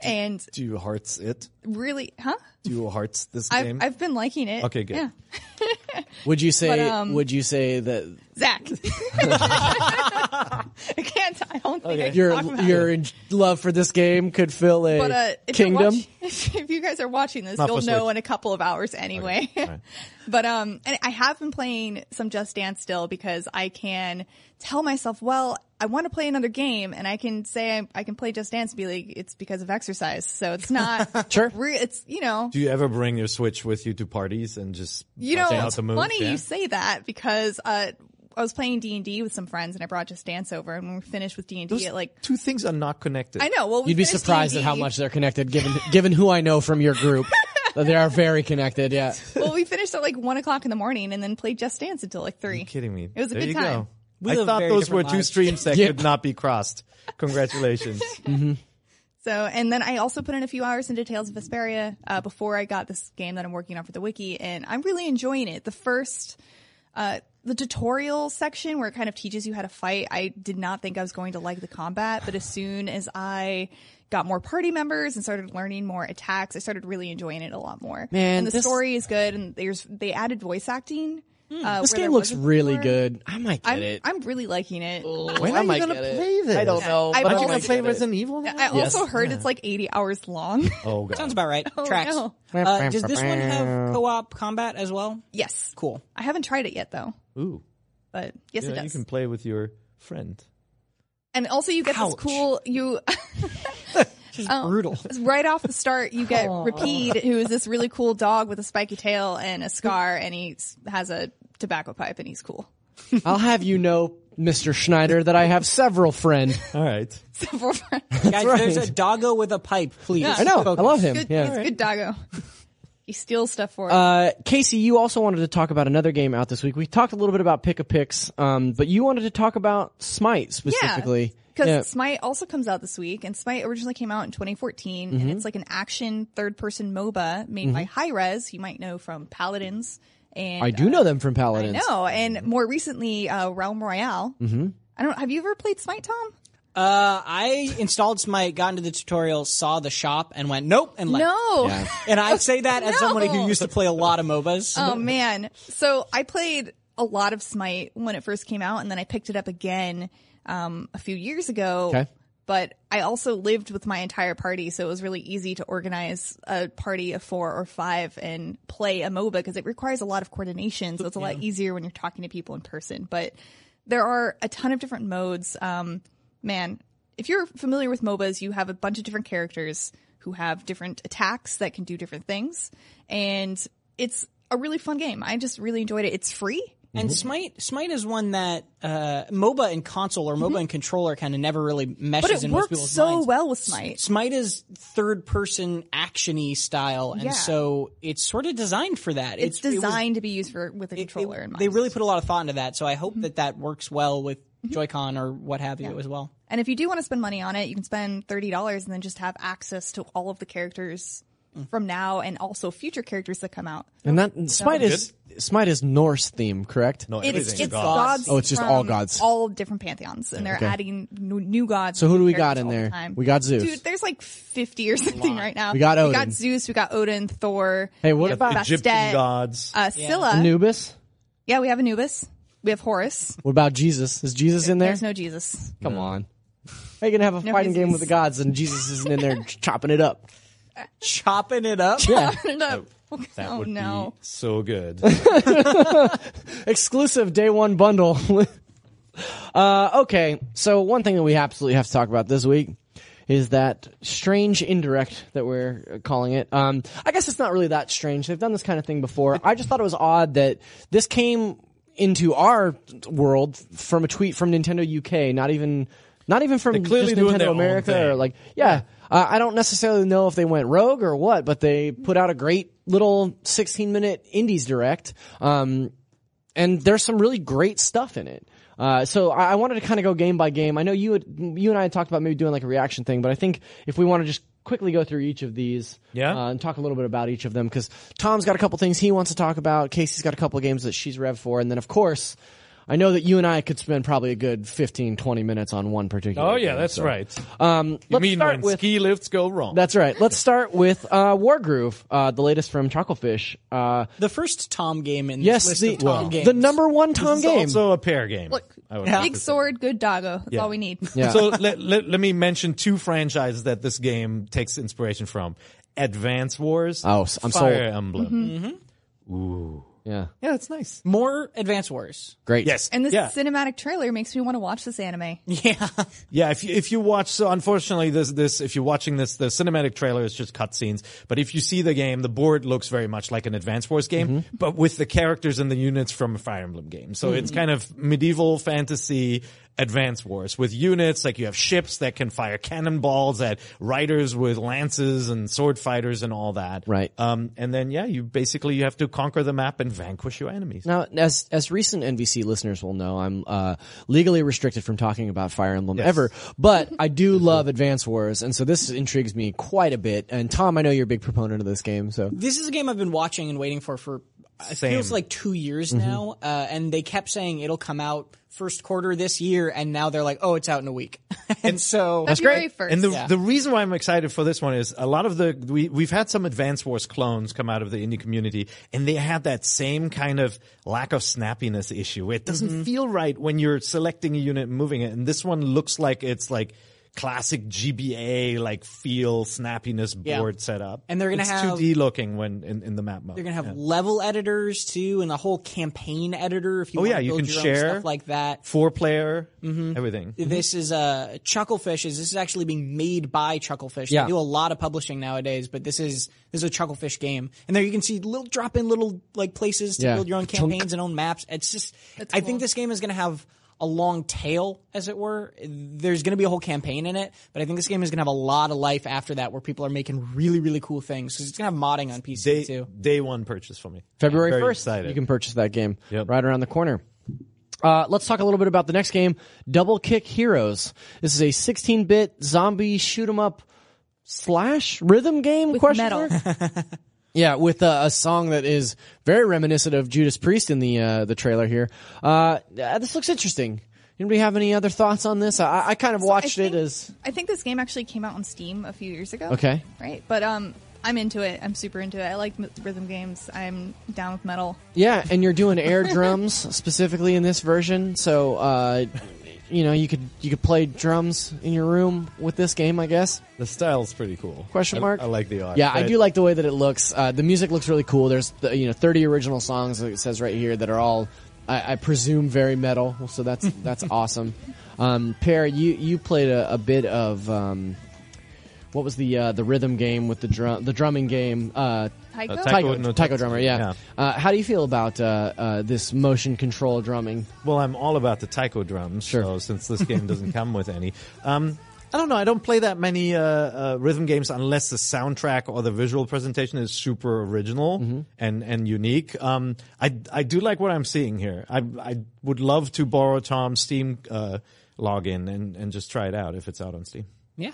E: and
D: Do you hearts it?
E: really, huh?
D: Do you hearts this
E: I've,
D: game?
E: I've been liking it.
D: Okay, good.
E: Yeah.
C: Would you say
E: But, um,
C: Would you say that
E: Zach. I can't, I don't think I can
C: your
E: talk about it.
C: your love for this game could fill a
E: But uh, if you're
C: kingdom?
E: watch- if you guys are watching this,
D: Not
E: you'll
D: for
E: know
D: Switch.
E: in a couple of hours anyway. but um, and I have been playing some Just Dance still because I can tell myself, well, I want to play another game, and I can say I, I can play Just Dance. And be like, it's because of exercise, so it's not
C: Sure.
E: Re- it's you know.
D: Do you ever bring your Switch with you to parties and just
E: you know,
D: bust out
E: it's
D: the moves?
E: funny
D: Yeah.
E: you say that because uh, I was playing D and D with some friends, and I brought Just Dance over, and when we finished with D and
D: Those
E: D, like
D: two things are not connected.
E: I know, well, we
C: You'd be
E: finished
C: surprised at how
E: D&D.
C: much they're connected, given given who I know from your group. they are very connected. Yeah.
E: well, we finished at like one o'clock in the morning, and then played Just Dance until like three.
D: Are you kidding me?
E: It was a
D: there
E: good
D: you
E: time.
D: Go.
B: We
D: I
B: live
D: thought
B: very
D: those were
B: different
D: two
B: lives.
D: streams that
C: Yeah.
D: could not be crossed. Congratulations.
E: So, and then I also put in a few hours into Tales of Vesperia uh, before I got this game that I'm working on for the wiki, and I'm really enjoying it. The first, uh, the tutorial section where it kind of teaches you how to fight, I did not think I was going to like the combat, but as soon as I got more party members and started learning more attacks, I started really enjoying it a lot more.
C: Man,
E: and the
C: this- Hmm.
E: story is good, and there's they added voice acting. Uh,
B: This
E: where there
B: game looks
E: wasn't
B: really
E: before.
B: good. I might get
E: I'm,
B: it.
E: I'm really liking it.
D: When
C: I
D: are
C: might
D: you gonna
C: get it.
D: play this?
C: I don't know. but
E: I
D: Aren't
E: bought
D: you
E: it.
D: gonna
C: might
D: play
C: get it.
D: Resident Evil? now?
E: I also heard it's like 80 hours long.
D: Oh god.
B: Sounds about right.
E: Oh,
B: Tracks.
E: no.
B: Uh, does this one have co-op combat as well?
E: yes.
B: Cool.
E: I haven't tried it yet though,
D: Ooh.
E: but yes, it
D: Yeah, you
E: does.
D: can play with your friend.
E: And also, you get
B: Ouch.
E: this cool you. Um,
B: Brutal.
E: right off the start, you get Rapide, who is this really cool dog with a spiky tail and a scar, and he s- has a tobacco pipe, and he's cool.
C: I'll have you know, Mr. Schneider, that I have several friends.
D: All right.
E: Several friends.
B: Guys, there's a doggo with a pipe, please.
E: Yeah.
C: I know. I
B: Focus.
C: love him.
E: Good,
C: yeah.
E: He's a good doggo. he steals stuff for us.
C: Uh, Casey, you also wanted to talk about another game out this week. We talked a little bit about Pick a Picks, um, but you wanted to talk about Smite specifically.
E: Because Smite also comes out this week, and Smite originally came out in 2014,
C: Mm-hmm.
E: and it's like an action third-person MOBA made by High Res. You might know from Paladins, and
C: I do know them from
E: uh,
C: Paladins.
E: no, and more recently uh, Realm Royale. Mm-hmm. I don't. Have you ever played Smite, Tom?
B: Uh, I installed Smite, got into the tutorial, saw the shop, and went nope, and left.
E: No.
B: And I say that as somebody who
E: No.
B: used to play a lot of MOBAs.
E: Oh man. So I played a lot of Smite when it first came out and then I picked it up again um a few years ago.
C: Okay.
E: But I also lived with my entire party, so it was really easy to organize a party of four or five and play a MOBA because it requires a lot of coordination. So it's a lot easier when you're talking to people in person. But there are a ton of different modes. Um, man, if you're familiar with MOBAs, you have a bunch of different characters who have different attacks that can do different things. And it's a really fun game. I just really enjoyed it. It's free.
C: Mm-hmm.
B: And Smite, Smite is one that uh, MOBA and console or MOBA and controller kind of never really meshes
E: Mm-hmm. But it
B: in most
E: works
B: people's
E: so
B: minds.
E: well with Smite.
B: Smite is third person actiony style, and
E: Yeah.
B: so it's sort of designed for that.
E: It's,
B: it was-
E: designed to be used for with a controller in mind.
B: They really put a lot of thought into that, so I hope
E: Mm-hmm.
B: that that works well with Joy-Con or what have you as well.
E: and if you do want to spend money on it, you can spend thirty dollars and then just have access to all of the characters from now and also future characters that come out.
C: And that Smite is Smite is Norse theme, correct?
D: No,
E: It's
D: everything.
E: it's
D: God.
E: gods.
C: Oh, it's just all
E: from
C: gods.
E: All different pantheons, and they're adding new, new gods.
C: So who do we got
E: characters
C: in
E: all the
C: there?
E: time.
C: We got Zeus.
E: Dude, there's like 50 or something right now.
C: We got
E: We
C: Odin.
E: got Zeus. We got Odin, Thor.
C: Hey, what
E: we
C: about
E: got
D: Egyptian
E: Bastet,
D: gods.
E: Uh, Scylla.
C: Anubis?
E: yeah, we have Anubis. We have Horus.
C: What about Jesus? Is Jesus in there?
E: There's no Jesus.
C: Come on. How you gonna have a fighting game with the gods and Jesus isn't in there chopping it up?
B: Chopping it up.
C: Yeah.
E: No.
D: that
E: oh
D: would
E: no.
D: be so good.
C: exclusive day one bundle. uh, okay, so one thing that we absolutely have to talk about this week is that strange indirect that we're uh, calling it. Um, I guess it's not really that strange. They've done this kind of thing before. I just thought it was odd that this came into our world from a tweet from Nintendo UK. Not even, not even from
D: clearly
C: just
D: doing
C: Nintendo
D: their own thing.
C: America or like, yeah. Uh, I don't necessarily know if they went rogue or what, but they put out a great little 16 minute indies direct. Um, and there's some really great stuff in it. Uh, so I, I wanted to kind of go game by game. I know you had, you and I had talked about maybe doing like a reaction thing, but I think if we want to just quickly go through each of these,
D: Yeah.
C: uh, and talk a little bit about each of them because Tom's got a couple things he wants to talk about. Casey's got a couple games that she's rev for, and then of course. I know that you and I could spend probably a good 15, 20 minutes on one particular.
D: oh yeah,
C: game,
D: that's
C: so.
D: right.
C: Um,
D: you
C: let's
D: mean
C: start
D: when
C: with
D: ski lifts go wrong?
C: that's right. Let's start with uh, Wargroove, uh, the latest from Chucklefish. Uh,
B: The first Tom game in
C: yes,
B: this list
C: the
B: of Tom games.
C: the number one Tom
D: It's
C: game.
D: also a pair game.
E: Look,
D: I would have
E: Big
D: to say.
E: sword, good doggo. That's
D: Yeah.
E: all we need.
C: Yeah.
D: So let, let, let me mention two franchises that this game takes inspiration from. Advance Wars.
C: Oh, s- I'm
D: Fire
C: sold.
D: Emblem.
E: Mm-hmm.
C: yeah,
D: Yeah, it's nice.
B: more Advance Wars.
C: great.
D: Yes.
E: And this
D: yeah.
E: cinematic trailer makes me want to watch this anime.
B: Yeah.
D: Yeah, if you, if you watch, so unfortunately, this this if you're watching this, the cinematic trailer is just cutscenes. But if you see the game, the board looks very much like an Advance Wars game, but with the characters and the units from a Fire Emblem game. So it's kind of medieval fantasy Advance Wars with units like you have ships that can fire cannonballs at riders with lances and sword fighters and all that.
C: Right.
D: Um, and then yeah, you basically you have to conquer the map and vanquish your enemies.
C: Now, as as recent NBC listeners will know, I'm uh, legally restricted from talking about Fire Emblem ever, but I do love Advance Wars, and so this intrigues me quite a bit. And Tom, I know you're a big proponent of this game, so
B: This is a game I've been watching and waiting for for
D: Same. Mm-hmm.
B: feels like two years now, uh, and they kept saying it'll come out first quarter this year, and now they're like, oh, it's out in a week, and, so
E: February first.
D: And the, the reason why I'm excited for this one is a lot of the we we've had some Advance Wars clones come out of the indie community, and they had that same kind of lack of snappiness issue. It doesn't
C: Mm-hmm.
D: feel right when you're selecting a unit and moving it, and this one looks like it's like classic GBA like feel snappiness
B: Yeah.
D: board setup,
B: And they're gonna
D: it's
B: have-
D: 2D looking when in, in the map mode.
B: You're gonna have level editors too, and a whole campaign editor. If you
D: Oh,
B: want
D: yeah,
B: to
D: you
B: build
D: can
B: your
D: share.
B: own stuff like that.
D: four player,
C: Mm-hmm.
D: everything.
B: This is uh, Chucklefish. Is this is actually being made by Chucklefish?
C: Yeah.
B: They do a lot of publishing nowadays, but this is this is a Chucklefish game, and there you can see little drop in little like places to
C: Yeah.
B: build your own
C: Chunk.
B: campaigns and own maps. It's just, I think this game is going to have a long tail, as it were. There's going to be a whole campaign in it, but I think this game is going to have a lot of life after that, where people are making really really cool things because it's going to have modding on PC
D: Day,
B: too.
D: day one purchase for me.
C: February
D: Very
C: 1st,
D: excited.
C: you can purchase that game
D: Yep.
C: right around the corner. Uh, let's talk a little bit about the next game, Double Kick Heroes. This is a 16-bit zombie shoot 'em up slash rhythm game
E: With
C: question
E: metal.
C: mark? yeah, with uh, a song that is very reminiscent of Judas Priest in the uh, the trailer here. Uh, uh, this looks interesting. Anybody have any other thoughts on this? I, I kind of watched
E: think-
C: it as
E: I think this game actually came out on Steam a few years ago.
C: Okay.
E: Right. But um I'm into it. I'm super into it. I like m- rhythm games. I'm down with metal.
C: Yeah, and you're doing air drums specifically in this version, so uh, you know you could you could play drums in your room with this game, I guess.
D: The style's pretty cool.
C: Question
D: I-
C: mark.
D: I, like the art.
C: Yeah, I
D: but-
C: do like the way that it looks. Uh, the music looks really cool. There's the, you know 30 original songs that it says right here that are all I, I presume very metal. So that's that's awesome. Um, per, you you played a, a bit of um, what was the uh, the rhythm game with the drum the drumming game. Uh,
E: Taiko?
D: Uh, Taiko.
C: Taiko,
D: no,
C: Taiko drummer, yeah.
D: yeah.
C: Uh, how do you feel about uh, uh, this motion control drumming?
D: Well, I'm all about the taiko drums. So since this game doesn't come with any, um, I don't know. I don't play that many uh, uh, rhythm games unless the soundtrack or the visual presentation is super original and and unique. Um, I I do like what I'm seeing here. I I would love to borrow Tom's Steam uh, login and and just try it out if it's out on Steam.
B: Yeah.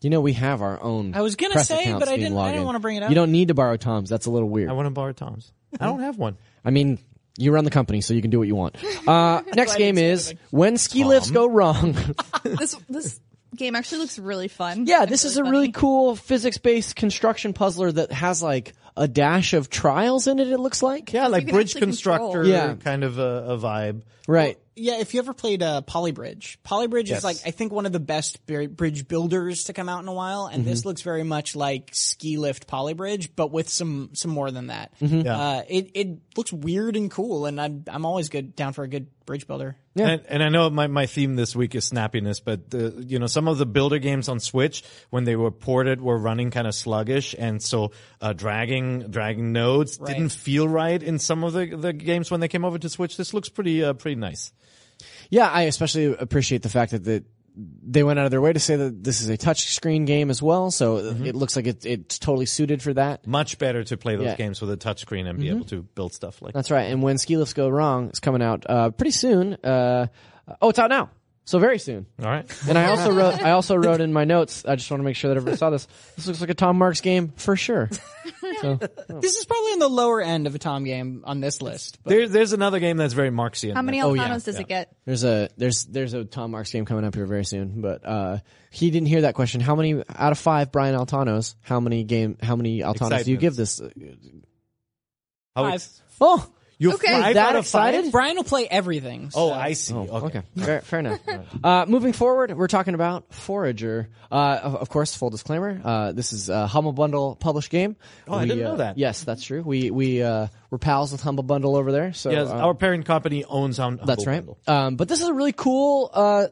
C: You know, we have our own.
B: I was gonna
C: press
B: say,
C: account
B: but I
C: Steam
B: didn't- I didn't
C: login.
B: wanna bring it up.
C: You don't need to borrow Tom's. That's a little weird.
D: I want to borrow Tom's. I don't have one.
C: I mean, you run the company, so you can do what you want. Uh, next game is when ski lifts go wrong.
E: This this game actually looks really fun.
C: yeah,
E: It's
C: this is a really
E: funny.
C: cool physics-based construction puzzler that has like a dash of trials in it. It looks like.
D: Yeah, like
E: can
D: bridge
E: actually control.
D: constructor
C: Yeah.
D: kind of a, a vibe.
C: Right.
B: Yeah, if you ever played uh, Polybridge, Polybridge is like I think one of the best bri- bridge builders to come out in a while, and this
C: Mm-hmm.
B: looks very much like Ski Lift Polybridge, but with some some more than that.
C: Mm-hmm.
B: Uh, it it looks weird and cool, and I'm I'm always good down for a good bridge builder.
D: And, and I know my, my theme this week is snappiness, but the, you know some of the builder games on Switch when they were ported were running kind of sluggish, and so uh, dragging dragging nodes didn't feel right in some of the, the games when they came over to Switch. This looks pretty uh, pretty nice.
C: Yeah, I especially appreciate the fact that the, they went out of their way to say that this is a touchscreen game as well, so it looks like it, it's totally suited for that.
D: Much better to play those
C: Yeah. Mm-hmm.
D: games with a touchscreen and be able to build stuff like.
C: That's right. And when ski lifts go wrong, it's coming out uh, pretty soon. Uh, oh, it's out now, so very soon.
D: All right,
C: And I also wrote, I also wrote in my notes. I just want to make sure that everybody saw this. This looks like a Tom Marks game for sure. So
B: This is probably in the lower end of a Tom game on this list. But
D: there, there's another game that's very Marxian.
E: How many
D: That's-
E: Alcanos
C: Oh, yeah,
E: does it get?
C: there's a there's there's a Tom Marks game coming up here very soon. But uh, he didn't hear that question. How many out of five Brian Altanos? How many game? How many Altanos do you
D: Excitements.
C: give this?
D: how
B: Five.
D: it's-
C: Oh,
D: You're
E: Okay.
D: five
C: that
D: out of five?
C: excited?
B: Brian will play everything.
D: Oh,
B: so-
D: I see.
C: Oh,
D: okay.
C: okay. Fair, fair enough. Uh, moving forward, we're talking about Forager. Uh, of, of course, full disclaimer. Uh, this is a Humble Bundle published game. Oh,
D: I didn't know that.
C: Yes, that's true. We we uh, we're pals with Humble Bundle over there. So
D: Yes,
C: uh,
D: our parent company owns on.
C: that's right. Um, but this is a really cool uh,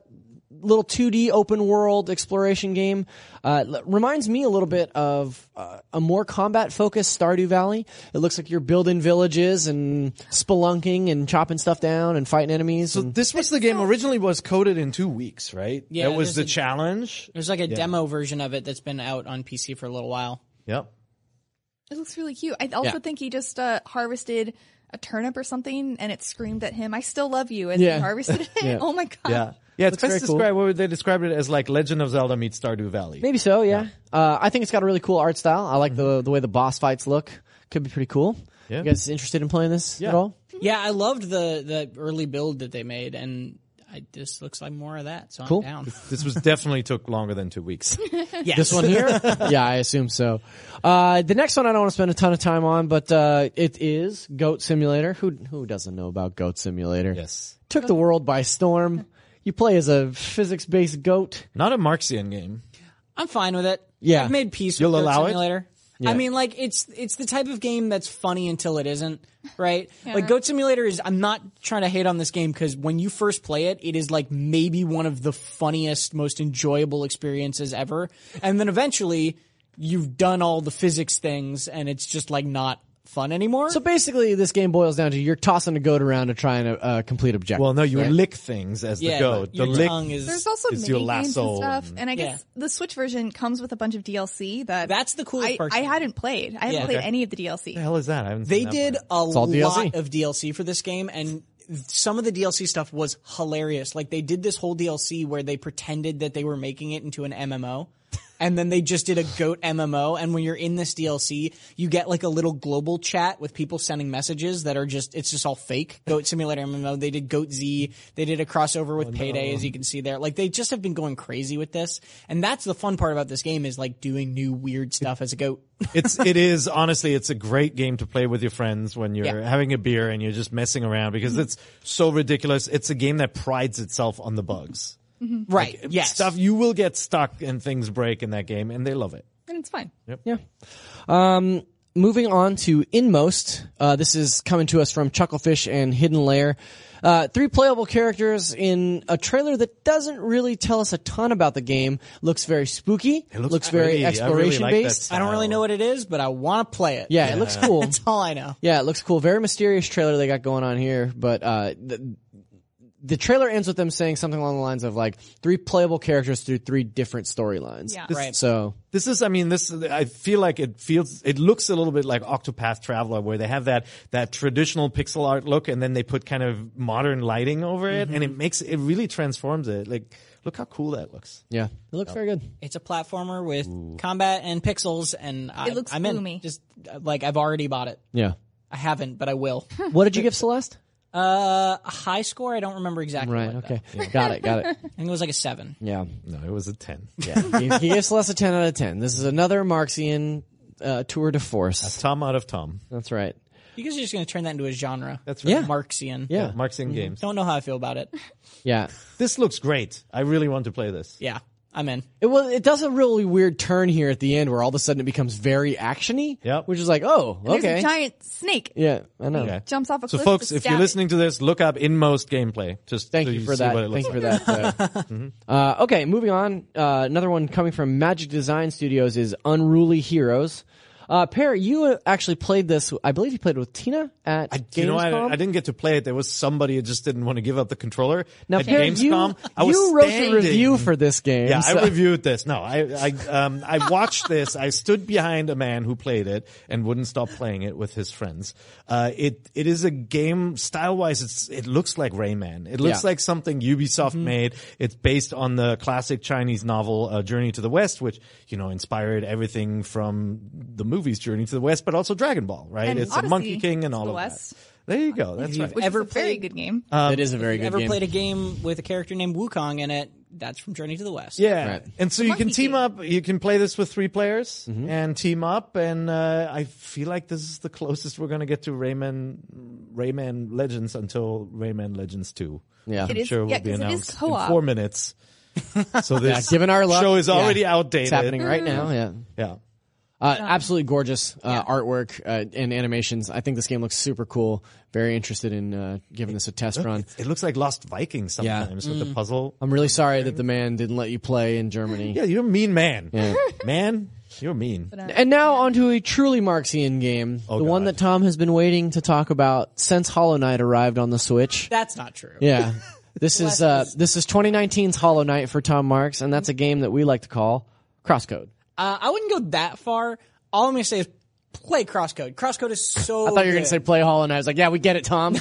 C: little 2D open world exploration game. Uh, l- reminds me a little bit of uh, a more combat focused Stardew Valley. It looks like you're building villages and spelunking and chopping stuff down and fighting enemies.
D: So
C: and-
D: this was the game originally was coded in two weeks, right?
B: Yeah,
D: that was the
B: there's a-
D: challenge.
B: There's like a demo version of it that's been out on PC for a little while.
D: Yep.
E: It looks really cute. I also
C: Yeah.
E: think he just uh, harvested a turnip or something and it screamed at him, I still love you and
C: Yeah.
E: he harvested it. Oh my god.
B: Uh,
D: Yeah. Yeah, it's
C: very
D: best
C: cool.
D: described what they described it as like Legend of Zelda meets Stardew Valley.
C: Maybe so, yeah. Uh, I think it's got a really cool art style. I like the the way the boss fights look. Could be pretty cool.
D: Mm-hmm. Yeah.
C: You guys interested in playing this at
D: Yeah.
C: all?
B: Yeah, I loved the the early build that they made, and I, this looks like more of that. So
C: Cool.
B: I'm down.
D: This was definitely took longer than two weeks.
B: Yes.
C: This one here? yeah, I assume so. Uh, the next one I don't want to spend a ton of time on, but uh, it is Goat Simulator. Who who doesn't know about Goat Simulator?
D: yes.
C: Took the world by storm. You play as a physics based goat.
D: Not a Marxian game.
B: I'm fine with it.
C: Yeah.
B: I've made peace
D: You'll
B: with Goat
D: allow it?
B: Simulator. I mean, like it's it's the type of game that's funny until it isn't, right? Like Goat Simulator is. I'm not trying to hate on this game because when you first play it, it is like maybe one of the funniest, most enjoyable experiences ever. And then eventually, you've done all the physics things, and it's just like not fun anymore.
C: So basically, this game boils down to you're tossing a goat around to try and uh, complete objective.
D: Well, no, you lick things as
B: yeah,
D: the goat. The
B: your
D: lick.
B: tongue is.
E: There's also
D: It's
E: mini
D: your
E: games
D: lasso
E: and stuff,
D: and-
E: and I guess the Switch version comes with a bunch of DLC that
B: That's the coolest
E: I,
B: part.
E: I hadn't played. I haven't
B: Yeah.
E: played
D: Okay.
E: any of the DLC.
D: the hell is that? I haven't
B: They
D: seen that
B: did
D: one.
B: a
C: all
B: lot
C: DLC.
B: of DLC for this game, and some of the DLC stuff was hilarious. Like they did this whole DLC where they pretended that they were making it into an MMO. And then they just did a goat MMO. And when you're in this DLC, you get like a little global chat with people sending messages that are just, it's just all fake. Goat Simulator MMO. They did Goat Z. They did a crossover with Payday, as you can see there. Like they just have been going crazy with this. And that's the fun part about this game is like doing new weird stuff as a goat.
D: it's it is honestly it's a great game to play with your friends when you're
B: Yeah.
D: having a beer and you're just messing around because it's so ridiculous. It's a game that prides itself on the bugs.
B: right. yes.
D: Stuff you will get stuck and things break in that game and they love it.
E: And it's fine.
C: Yeah. Um, moving on to Inmost. Uh, this is coming to us from Chucklefish and Hidden Lair. Uh, three playable characters in a trailer that doesn't really tell us a ton about the game. Looks very spooky.
D: looks
C: very
D: pretty. I really
C: exploration
D: like that
C: based.
D: style.
B: I don't really know what it is, but I want to play it.
C: yeah, it looks cool.
B: That's all I know.
C: Yeah, it looks cool. Very mysterious trailer they got going on here, but uh, the, the trailer ends with them saying something along the lines of like three playable characters through three different storylines.
E: Yeah.
B: Right.
C: So
D: This is, I mean, this, I feel like it feels, it looks a little bit like Octopath Traveler where they have that, that traditional pixel art look and then they put kind of modern lighting over it and it makes, it really transforms it. Like, look how cool that looks.
C: yeah, it looks very good.
B: It's a platformer with combat and pixels, and I,
E: It looks
B: I'm in.
E: gloomy.
B: Just uh, like I've already bought it.
C: Yeah.
B: I haven't, but I will.
C: What did you give Celeste?
B: uh, a high score. I don't remember exactly.
C: Right.
B: what,
C: Okay. Got it. Got it.
B: though. I think it was like a seven.
C: Yeah.
D: No, it was a 10.
C: Yeah. he, he gives Celeste a 10 out of 10. This is another Marxian uh, tour de force.
D: Tom out of Tom.
C: That's right.
B: You guys are just going to turn that into a genre.
D: That's right.
C: Yeah.
B: Marxian.
C: Yeah.
D: Marks in games.
B: Don't know how I feel about it.
C: Yeah.
D: This looks great. I really want to play this.
B: Yeah, I'm in.
C: It was, it does a really weird turn here at the end where all of a sudden it becomes very actiony.
D: Yep.
C: Which is like, oh,
E: There's
C: okay.
E: a giant snake
C: yeah. I know.
D: Okay.
E: jumps off a
D: So
E: cliff.
D: folks,
E: to
D: if
E: stab
D: you're
E: it.
D: listening to this, look up Inmost gameplay. Just
C: Thank
D: so
C: you for
D: see
C: that.
D: what it
C: Thank
D: looks
C: you for
D: like. Mm-hmm.
C: that. uh, uh, okay, moving on. Uh, another one coming from Magic Design Studios is Unruly Heroes. Uh, Per, you actually played this. I believe you played with Tina at Gamescom.
D: You know, I, I didn't get to play it. There was somebody who just didn't want to give up the controller.
C: now,
D: At
C: Per,
D: Gamescom,
C: you,
D: I was
C: you wrote
D: standing.
C: a review for this game.
D: Yeah,
C: so-
D: I reviewed this. No, I I um I watched this. I stood behind a man who played it and wouldn't stop playing it with his friends. Uh, it it is a game style wise. It's it looks like Rayman. It looks
C: Yeah.
D: like something Ubisoft made. It's based on the classic Chinese novel uh, Journey to the West, which you know inspired everything from the movies Journey to the West, but also Dragon Ball. Right?
E: And
D: it's a
E: Odyssey
D: Monkey King and
E: to
D: all
E: the
D: of
E: West.
D: that. There you go. That's right.
E: which
B: Ever
E: is a very
B: played-
E: good game.
D: Uh,
C: it is a very
B: If Um,
C: good
B: you ever
C: game.
B: played a game with a character named Wukong in it? That's from Journey to the West.
D: Yeah,
C: Right.
D: and so you can
E: Monkey
D: team
E: game.
D: up. You can play this with three players
C: Mm-hmm.
D: and team up. And uh, I feel like this is the closest we're gonna get to Rayman, Rayman Legends until Rayman Legends Two.
C: Yeah.
D: I'm
E: It is-
D: sure
E: yeah,
D: will be
E: 'cause it is
D: announced in
E: co-op.
D: four minutes. So this
C: given our luck,
D: show is
C: yeah.
D: already outdated.
C: It's happening right now. Yeah.
D: Yeah,
C: Uh, absolutely gorgeous uh, artwork uh, and animations. I think this game looks super cool. Very interested in uh, giving this a test run.
D: it looks like Lost Vikings sometimes
E: Mm.
D: with the puzzle.
C: I'm really sorry that the man didn't let you play in Germany.
D: Yeah, you're a mean man. man, you're mean.
C: And now onto a truly Marxian game, the one
D: Oh, God.
C: that Tom has been waiting to talk about since Hollow Knight arrived on the Switch.
B: That's not true.
C: Yeah. This is uh this is 2019's Hollow Knight for Tom Marks and that's a game that we like to call Crosscode.
B: Uh, I wouldn't go that far. All I'm going to say is play Crosscode. Crosscode is so.
C: I thought you were
B: going
C: going to say play Hollow Knight. I was like, "Yeah, we get it, Tom."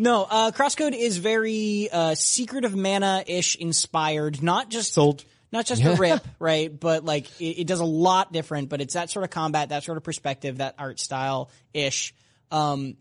B: No, uh, Crosscode is very uh, Secret of Mana ish inspired, not just
D: Sold.
B: Not just a rip, right? But like it, it does a lot different. But it's that sort of combat, that sort of perspective, that art style ish. Um,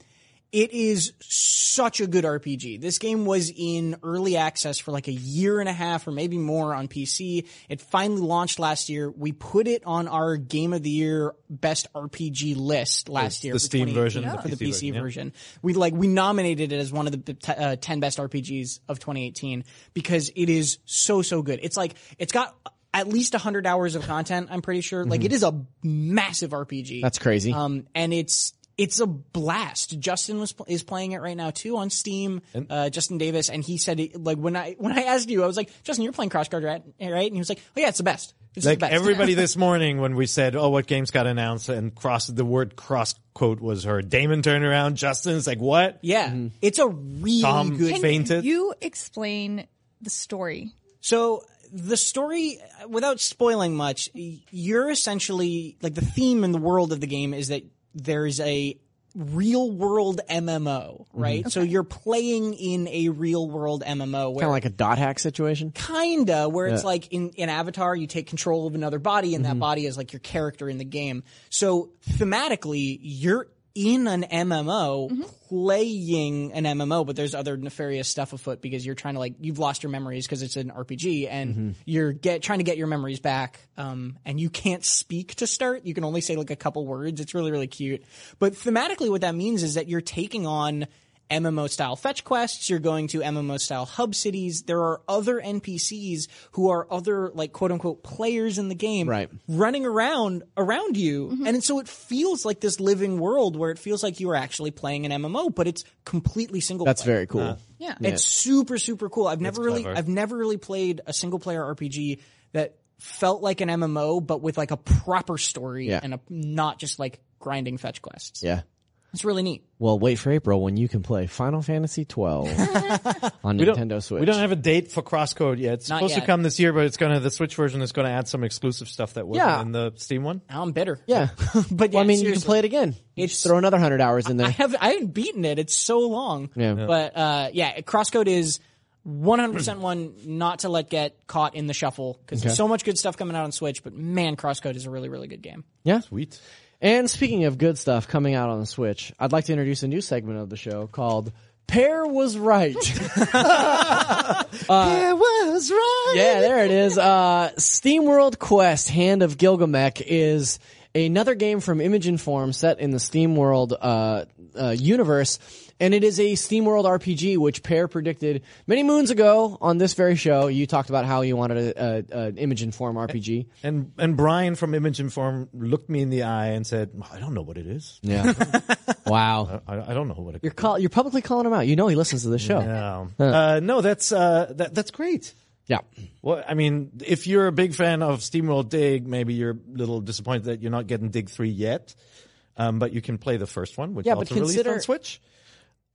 B: it is such a good RPG. This game was in early access for like a year and a half or maybe more on PC. It finally launched last year. We put it on our game of the year best RPG list last year.
D: the
B: for
D: Steam
B: 2018
D: version, the
B: for the
D: PC
B: PC
D: version, yeah.
B: version. We like we nominated it as one of the b- t- uh, 10 best RPGs of 2018 because it is so so good. It's like it's got at least 100 hours of content, I'm pretty sure.
D: Mm-hmm.
B: Like it is a massive RPG.
C: That's crazy.
B: Um, and it's it's a blast. Justin was is playing it right now too on Steam. uh, Justin Davis, and he said it- like when I when I asked you, I was like, Justin, you're playing Cross Guard right? right? And he was like, Oh yeah, it's the best. It's
D: Like
B: the best.
D: everybody this morning when we said, "Oh, what games got announced?" and cross the word cross quote was heard. Damon turned around. Justin's like, "What?"
B: yeah, it's a really
D: Mm-hmm. Tom
B: good.
D: fainted.
E: You explain the story.
B: So the story, without spoiling much, y- you're essentially like the theme in the world of the game is that there's a real world MMO, right? So you're playing in a real world MMO where
C: kind of like a dot hack situation.
B: kinda where it's like in, in avatar you take control of another body and that body is like your character in the game so thematically you're in an MMO playing an MMO but there's other nefarious stuff afoot because you're trying to like you've lost your memories because it's an RPG and you're get trying to get your memories back um and you can't speak to start you can only say like a couple words it's really really cute but thematically what that means is that you're taking on MMO style fetch quests, you're going to MMO style hub cities. There are other NPCs who are other like quote unquote players in the game
C: Right.
B: running around around you. And so it feels like this living world where it feels like you are actually playing an MMO, but it's completely single
C: That's
B: player.
C: very cool.
E: Yeah.
B: It's super super cool. I've never really I've never really played a single player RPG that felt like an MMO but with like a proper story
C: Yeah.
B: and a, not just like grinding fetch quests.
C: Yeah.
B: It's really neat.
C: Well, wait for April when you can play Final Fantasy 12 on
D: We don't-
C: Nintendo Switch.
D: We don't have a date for crosscode yet. It's
B: Not
D: supposed
B: yet.
D: to come this year, but it's gonna the Switch version is gonna add some exclusive stuff that wasn't
C: Yeah.
D: in the Steam one.
B: Now I'm bitter.
C: Yeah.
B: but yeah,
C: well, I mean, you can
B: seriously.
C: play it again. You
B: It's-
C: just throw another 100 hours in there.
B: I haven't I haven't beaten it. It's so long.
C: Yeah. Yeah.
B: But uh, yeah, Crosscode is 100% one not to let get caught in the shuffle because there's so much good stuff coming out on Switch. But man, Crosscode is a really really good game.
C: yeah.
D: Sweet.
C: And speaking of good stuff coming out on the Switch, I'd like to introduce a new segment of the show called Pear Was Right. Uh,
D: It was right.
C: yeah, there it is. Uh, SteamWorld Quest Hand of Gilgamesh is another game from Image Inform set in the SteamWorld uh, uh, universe. And it is a SteamWorld RPG, which Pear predicted many moons ago on this very show. You talked about how you wanted a, a, an Image Inform RPG.
D: And and Brian from Image Inform looked me in the eye and said, "I don't know what it is.
C: Yeah. wow.
D: I, I don't know what it
C: You're, call- you're publicly calling him out. You know he listens to this show.
D: Um, uh, no, that's uh, that, that's great.
C: yeah.
D: Well, I mean, if you're a big fan of SteamWorld Dig, maybe you're a little disappointed that you're not getting Dig three yet. Um, but you can play the first one, which
C: Yeah, but
D: also released
C: consider-
D: on Switch.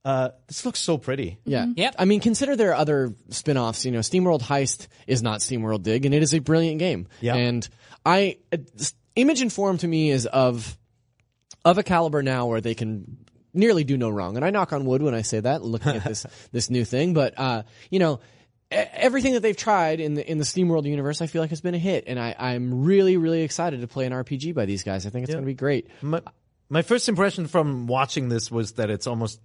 D: Uh, this looks so pretty.
C: Yeah.
B: Yep.
C: I mean, consider there are other spin-offs. You know, SteamWorld Heist is not SteamWorld Dig, and it is a brilliant game.
D: Yeah.
C: And I, uh, s- Image Inform to me is of, of a caliber now where they can nearly do no wrong. And I knock on wood when I say that, looking at this, this new thing. But, uh, you know, e- everything that they've tried in the, in the SteamWorld universe, I feel like has been a hit. And I, I'm really, really excited to play an RPG by these guys. I think it's going to be great.
D: My, my first impression from watching this was that it's almost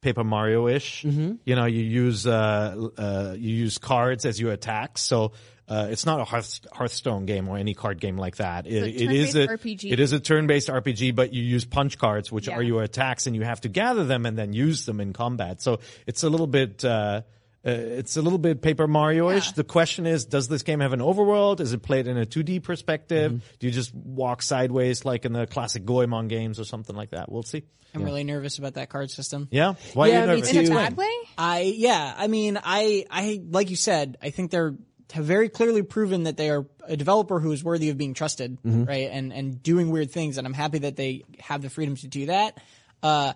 D: Paper Mario ish.
C: Mm-hmm.
D: You know, you use uh, uh, you use cards as your attacks, so. Uh, it's not a Hearth- Hearthstone game or any card game like that. It,
E: a
D: it is
E: turn-based
D: a
E: RPG.
D: it is a turn-based RPG, but you use punch cards, which are your attacks, and you have to gather them and then use them in combat. So it's a little bit uh, uh, it's a little bit Paper Mario-ish. The question is, does this game have an overworld? Is it played in a 2D perspective? Do you just walk sideways like in the classic Goemon games or something like that? We'll see.
B: I'm really nervous about that card system.
D: Yeah. Why
C: Yeah,
D: are
C: me
D: you nervous?
E: In a
C: Dude.
E: bad way?
B: I yeah, I mean, I I like you said, I think they're have very clearly proven that they are a developer who is worthy of being trusted, right? And and doing weird things, and I'm happy that they have the freedom to do that. Uh,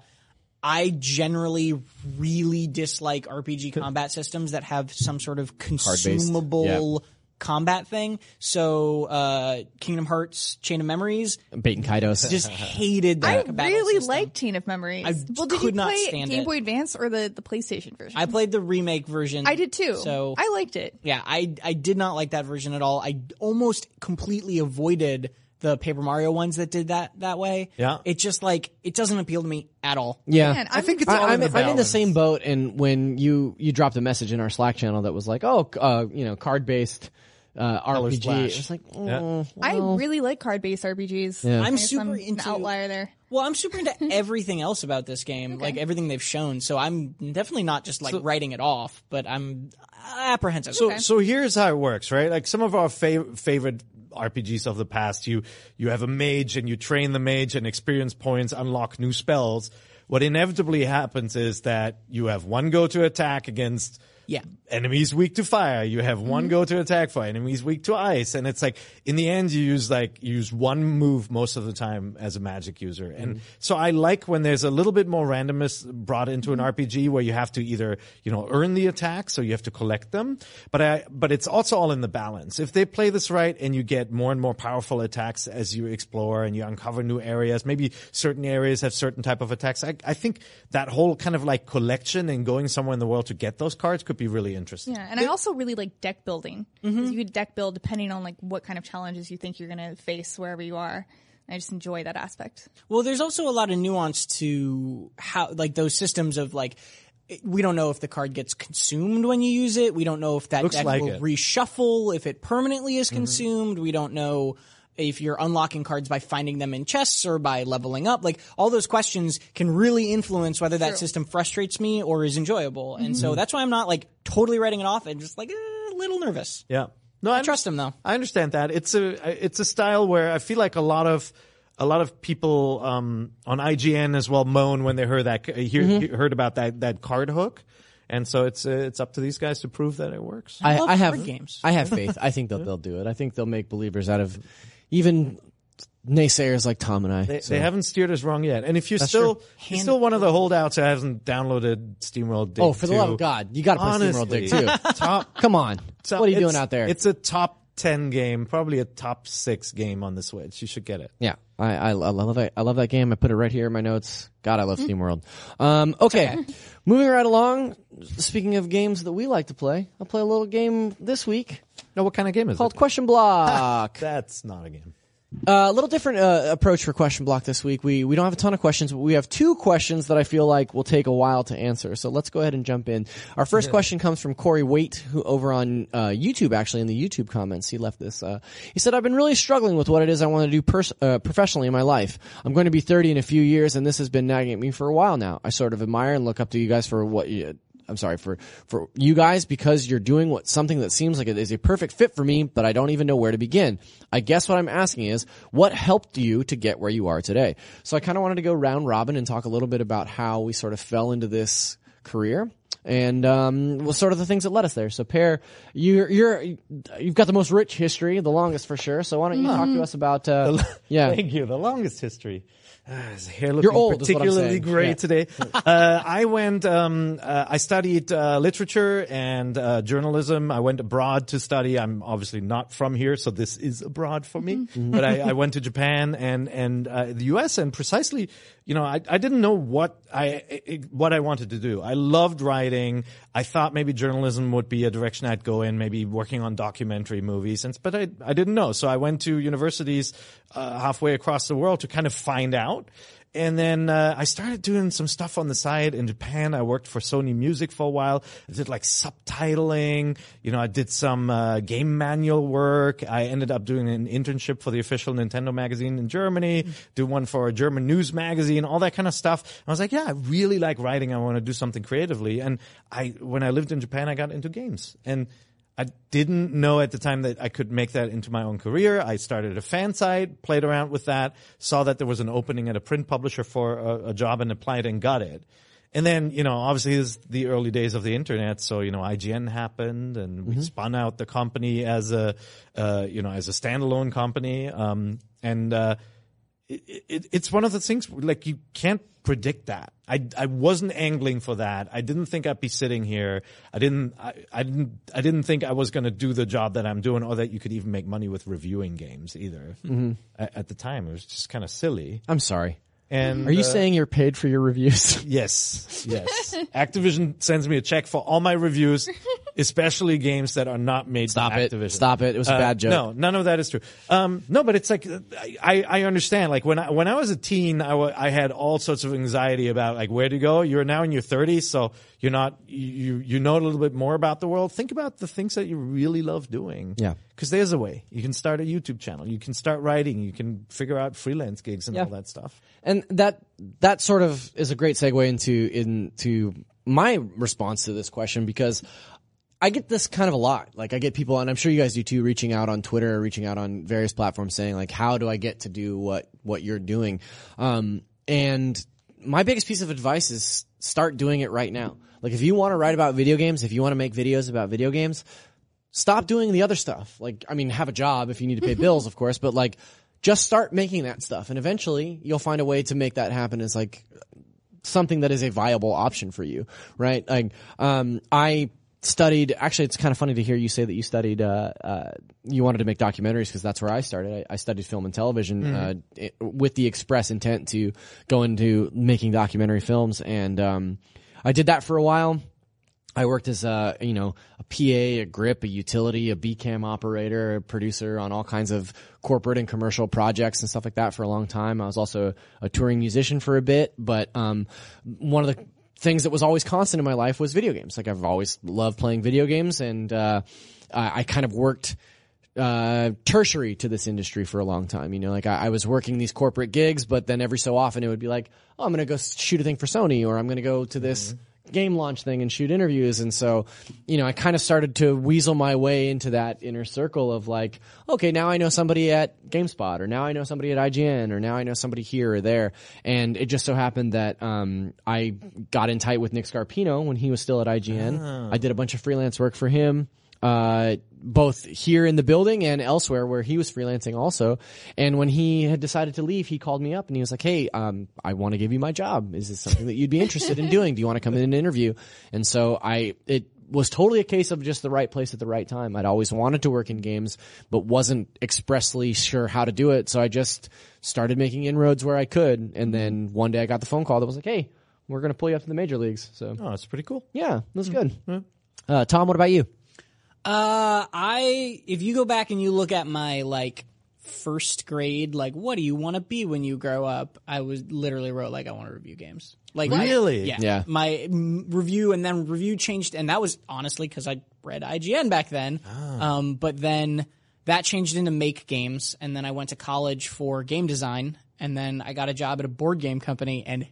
B: I generally really dislike RPG combat systems that have some sort of consumable combat thing. So uh, Kingdom Hearts Chain of Memories
C: Bait and Kaidos.
B: just hated
E: I
B: that. battle
E: really
B: system.
E: liked Teen of Memories.
B: I
E: well, did
B: could
E: you
B: not
E: play
B: stand
E: Game
B: it.
E: Boy Advance or the, the PlayStation version?
B: I played the remake version.
E: I did too.
B: So
E: I liked it.
B: yeah, I I did not like that version at all. I almost completely avoided the Paper Mario ones that did that that way.
D: Yeah.
B: it just like it doesn't appeal to me at all.
C: yeah.
E: Man, I'm,
D: think it's all
C: I, I'm,
D: in the
C: I'm in the
D: balance.
C: same boat. And when you you dropped a message in our Slack channel that was like, "Oh, uh, you know, card based uh, RPG,"
D: Splash.
C: it's like, oh,
D: Yeah.
E: I
C: well.
E: really like card based RPGs.
C: Yeah.
E: I
B: I'm
E: guess
B: super
E: an
B: into-
E: outlier there.
B: Well, I'm super into everything else about this game, like everything they've shown. So I'm definitely not just like writing it off, but I'm apprehensive.
D: So, so here's how it works, right? Like some of our fav- favorite RPGs of the past, you you have a mage and you train the mage, and experience points unlock new spells. What inevitably happens is that you have one go to attack against
B: Yeah.
D: enemies weak to fire. You have one go to attack for enemies weak to ice, and it's like in the end you use like you use one move most of the time as a magic user. And so I like when there's a little bit more randomness brought into an RPG where you have to either you know earn the attacks or you have to collect them. But I but it's also all in the balance. If they play this right and you get more and more powerful attacks as you explore and you uncover new areas, maybe certain areas have certain type of attacks. I, I think that whole kind of like collection and going somewhere in the world to get those cards could be really interesting.
E: Yeah, and I also really like deck building. 'Cause You could deck build depending on like what kind of challenges you think you're going to face wherever you are. I just enjoy that aspect.
B: Well, there's also a lot of nuance to how, like, those systems of like, it- we don't know if the card gets consumed when you use it. We don't know if that deck
D: like
B: will
D: it. Mm-hmm.
B: reshuffle, if it permanently is consumed. We don't know if you're unlocking cards by finding them in chests or by leveling up. Like, all those questions can really influence whether that system frustrates me or is enjoyable. And
D: Mm-hmm.
B: so that's why I'm not like totally writing it off and just like eh, a little nervous.
D: Yeah. No,
B: I trust him though.
D: I understand that. It's a it's a style where I feel like a lot of a lot of people um, on IGN as well moan when they heard that uh, hear,
B: Mm-hmm.
D: heard about that that card hook, and so it's uh, it's up to these guys to prove that it works.
C: I,
B: love
C: I have
B: card games.
C: I have faith. I think they'll they'll do it. I think they'll make believers out of even naysayers like Tom and I.
D: They,
C: So-
D: they haven't steered us wrong yet. And if you're still you're still one of the holdouts that hasn't downloaded SteamWorld Dig
C: oh, for the love
D: 2,
C: of God, you got to play SteamWorld Dig
D: honestly,
C: too.
D: top,
C: Come on,
D: top-
C: what are you doing
D: it's-
C: out there?
D: It's a top 10 game, probably a top 6 game on the Switch. You should get it.
C: Yeah, I, I, I love it. I love that game. I put it right here in my notes. God, I love SteamWorld. Um, okay, moving right along. Speaking of games that we like to play, I'll play a little game this week
D: Now what kind of game is
C: called
D: it?
C: Question Block.
D: That's not a game.
C: Uh, a little different uh, approach for question block this week. We we don't have a ton of questions, but we have two questions that I feel like will take a while to answer. So let's go ahead and jump in. Our first question comes from Corey Waite, who over on uh, YouTube actually in the YouTube comments he left this. Uh, he said, "I've been really struggling with what it is I want to do pers- uh, professionally in my life. I'm going to be 30 in a few years, and this has been nagging at me for a while now. I sort of admire and look up to you guys for what you." I'm sorry for for you guys because you're doing what something that seems like it is a perfect fit for me, but I don't even know where to begin. I guess what I'm asking is, what helped you to get where you are today? So I kind of wanted to go round robin and talk a little bit about how we sort of fell into this career and um, was sort of the things that led us there. So, Pear, you're you're you've got the most rich history, the longest for sure. So why don't you talk to us about uh, yeah?
D: Thank you. Mm-hmm. The longest history. Ah, his hair looking
C: You're old, is what I'm
D: particularly
C: saying.
D: gray
C: Yeah.
D: today. uh, I went. Um, uh, I studied uh, literature and uh, journalism. I went abroad to study. I'm obviously not from here, so this is abroad for me.
C: Mm-hmm.
D: But I, I went to Japan and and uh, the U.S. and precisely, you know, I, I didn't know what I i- i- what I wanted to do. I loved writing. I thought maybe journalism would be a direction I'd go in, maybe working on documentary movies, and but I I didn't know. So I went to universities uh, halfway across the world to kind of find out. And then uh, I started doing some stuff on the side in Japan. I worked for Sony Music for a while. I did like subtitling. You know, I did some uh, game manual work. I ended up doing an internship for the official Nintendo magazine in Germany. Do one for a German news magazine. All that kind of stuff. I was like, yeah, I really like writing. I want to do something creatively. And I, when I lived in Japan, I got into games and. I didn't know at the time that I could make that into my own career. I started a fan site, played around with that, saw that there was an opening at a print publisher for a, a job and applied and got it. And then, you know, obviously it's the early days of the internet. So, you know, IGN happened and we spun out the company as a, uh, you know, as a standalone company. Um, and, uh, it, it, it's one of the things like you can't predict that. I, I wasn't angling for that. I didn't think I'd be sitting here. I didn't I, I didn't I didn't think I was going to do the job that I'm doing or that you could even make money with reviewing games either.
C: Mm-hmm.
D: At, at the time, it was just kind of silly.
C: I'm sorry.
D: And
C: Are you
D: uh,
C: saying you're paid for your reviews?
D: Yes, yes. Activision sends me a check for all my reviews, especially games that are not made
C: Stop
D: by
C: it.
D: Activision.
C: Stop it. It was a
D: Uh,
C: bad joke.
D: No, none of that is true. Um, no, but it's like uh, I, I understand. Like when I when I was a teen, I wa- I had all sorts of anxiety about like where to go. You're now in your 30s, so you're not you you know a little bit more about the world. Think about the things that you really love doing.
C: Yeah.
D: because there's a way. You can start a YouTube channel. You can start writing. You can figure out freelance gigs and all that stuff.
C: And that that sort of is a great segue into into my response to this question because I get this kind of a lot. Like I get people, and I'm sure you guys do too, reaching out on Twitter, reaching out on various platforms, saying like, "How do I get to do what what you're doing?" Um, and my biggest piece of advice is start doing it right now. Like if you want to write about video games, if you want to make videos about video games, stop doing the other stuff. Like, I mean, have a job if you need to pay bills, of course, but like, just start making that stuff. And eventually you'll find a way to make that happen as like something that is a viable option for you, right? Like, um, I studied, actually, it's kind of funny to hear you say that you studied, uh, uh, you wanted to make documentaries because that's where I started. I, I studied film and television, uh, it, with the express intent to go into making documentary films. And, um, I did that for a while. I worked as a you know a PA, a grip, a utility, a BCAM operator, a producer on all kinds of corporate and commercial projects and stuff like that for a long time. I was also a touring musician for a bit, but um, one of the things that was always constant in my life was video games. Like I've always loved playing video games, and uh, I, I kind of worked uh, tertiary to this industry for a long time. You know, like I, I was working these corporate gigs, but then every so often it would be like, oh, I'm going to go s- shoot a thing for Sony or I'm going to go to this game launch thing and shoot interviews. And so, you know, I kind of started to weasel my way into that inner circle of like, okay, now I know somebody at GameSpot or now I know somebody at IGN or now I know somebody here or there. And it just so happened that, um, I got in tight with Nick Scarpino when he was still at IGN. I did a bunch of freelance work for him uh, both here in the building and elsewhere where he was freelancing also. And when he had decided to leave, he called me up and he was like, Hey, um, I want to give you my job. Is this something that you'd be interested in doing? Do you want to come in and interview? And so I, it, was totally a case of just the right place at the right time. I'd always wanted to work in games, but wasn't expressly sure how to do it. So I just started making inroads where I could. And then one day I got the phone call that was like, Hey, we're going to pull you up to the major leagues. So
D: Oh, it's pretty cool.
C: yeah, it was good. Uh, Tom, what about you?
B: Uh, I if you go back and you look at my like first grade, like what do you want to be when you grow up? I was literally wrote like I want to review games. Like my-
D: Really?
B: yeah,
C: Yeah.
B: My mm, review and then review changed, and that was honestly because I read IGN back then. Um, but then that changed into make games, and then I went to college for game design, and then I got a job at a board game company and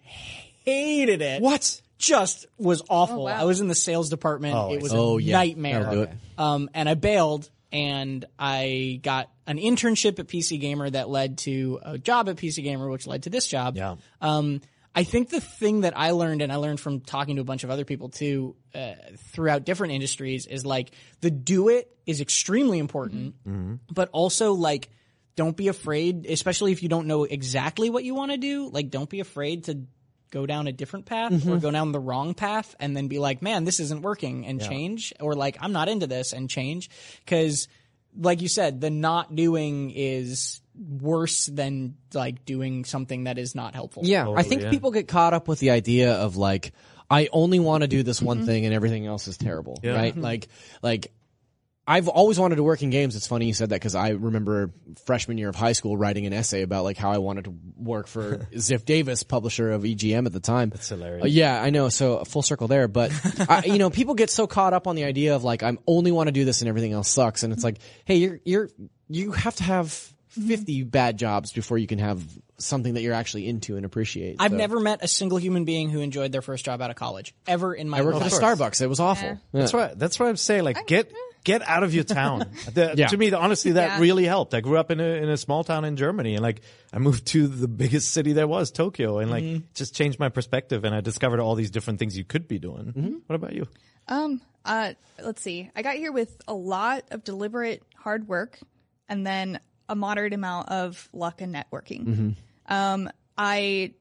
B: hated it. What? Just was awful. I was in the sales department. it was a
C: Oh, yeah.
B: nightmare.
C: That'll do it.
B: Um, and I bailed and I got an internship at PC Gamer that led to a job at PC Gamer, which led to this job.
D: Yeah.
B: Um, I think the thing that I learned, and I learned from talking to a bunch of other people too, uh, throughout different industries, is like the do it is extremely important,
C: Mm-hmm.
B: but also like don't be afraid, especially if you don't know exactly what you want to do. Like, don't be afraid to go down a different path
C: Mm-hmm.
B: or go down the wrong path and then be like, man, this isn't working and change, or like, I'm not into this and change. Cause, like you said, the not doing is worse than like doing something that is not helpful.
C: Yeah, I think people get caught up with the idea of like I only want to do this one thing and everything else is terrible, right? Like like I've always wanted to work in games. It's funny you said that because I remember freshman year of high school writing an essay about like how I wanted to work for Ziff Davis, publisher of EGM at the time. That's
D: hilarious.
C: yeah, I know. So full circle there, but I, you know, people get so caught up on the idea of like I'm only want to do this and everything else sucks, and it's like, hey, you're you're you have to have 50 bad jobs before you can have something that you're actually into and appreciate.
B: I've
C: So-
B: never met a single human being who enjoyed their first job out of college ever in my
C: I worked at
B: life.
C: a Starbucks. It was awful. Yeah.
D: That's why. That's why I'm saying like get get out of your town. The-
C: Yeah.
D: To me, the- honestly, that
E: Yeah.
D: really helped. I grew up in a in a small town in Germany, and like I moved to the biggest city there was, Tokyo, and
C: Mm-hmm.
D: like just changed my perspective, and I discovered all these different things you could be doing.
C: Mm-hmm.
D: What about you?
E: Um, uh, let's see. I got here with a lot of deliberate hard work and then a moderate amount of luck and networking. Um, I,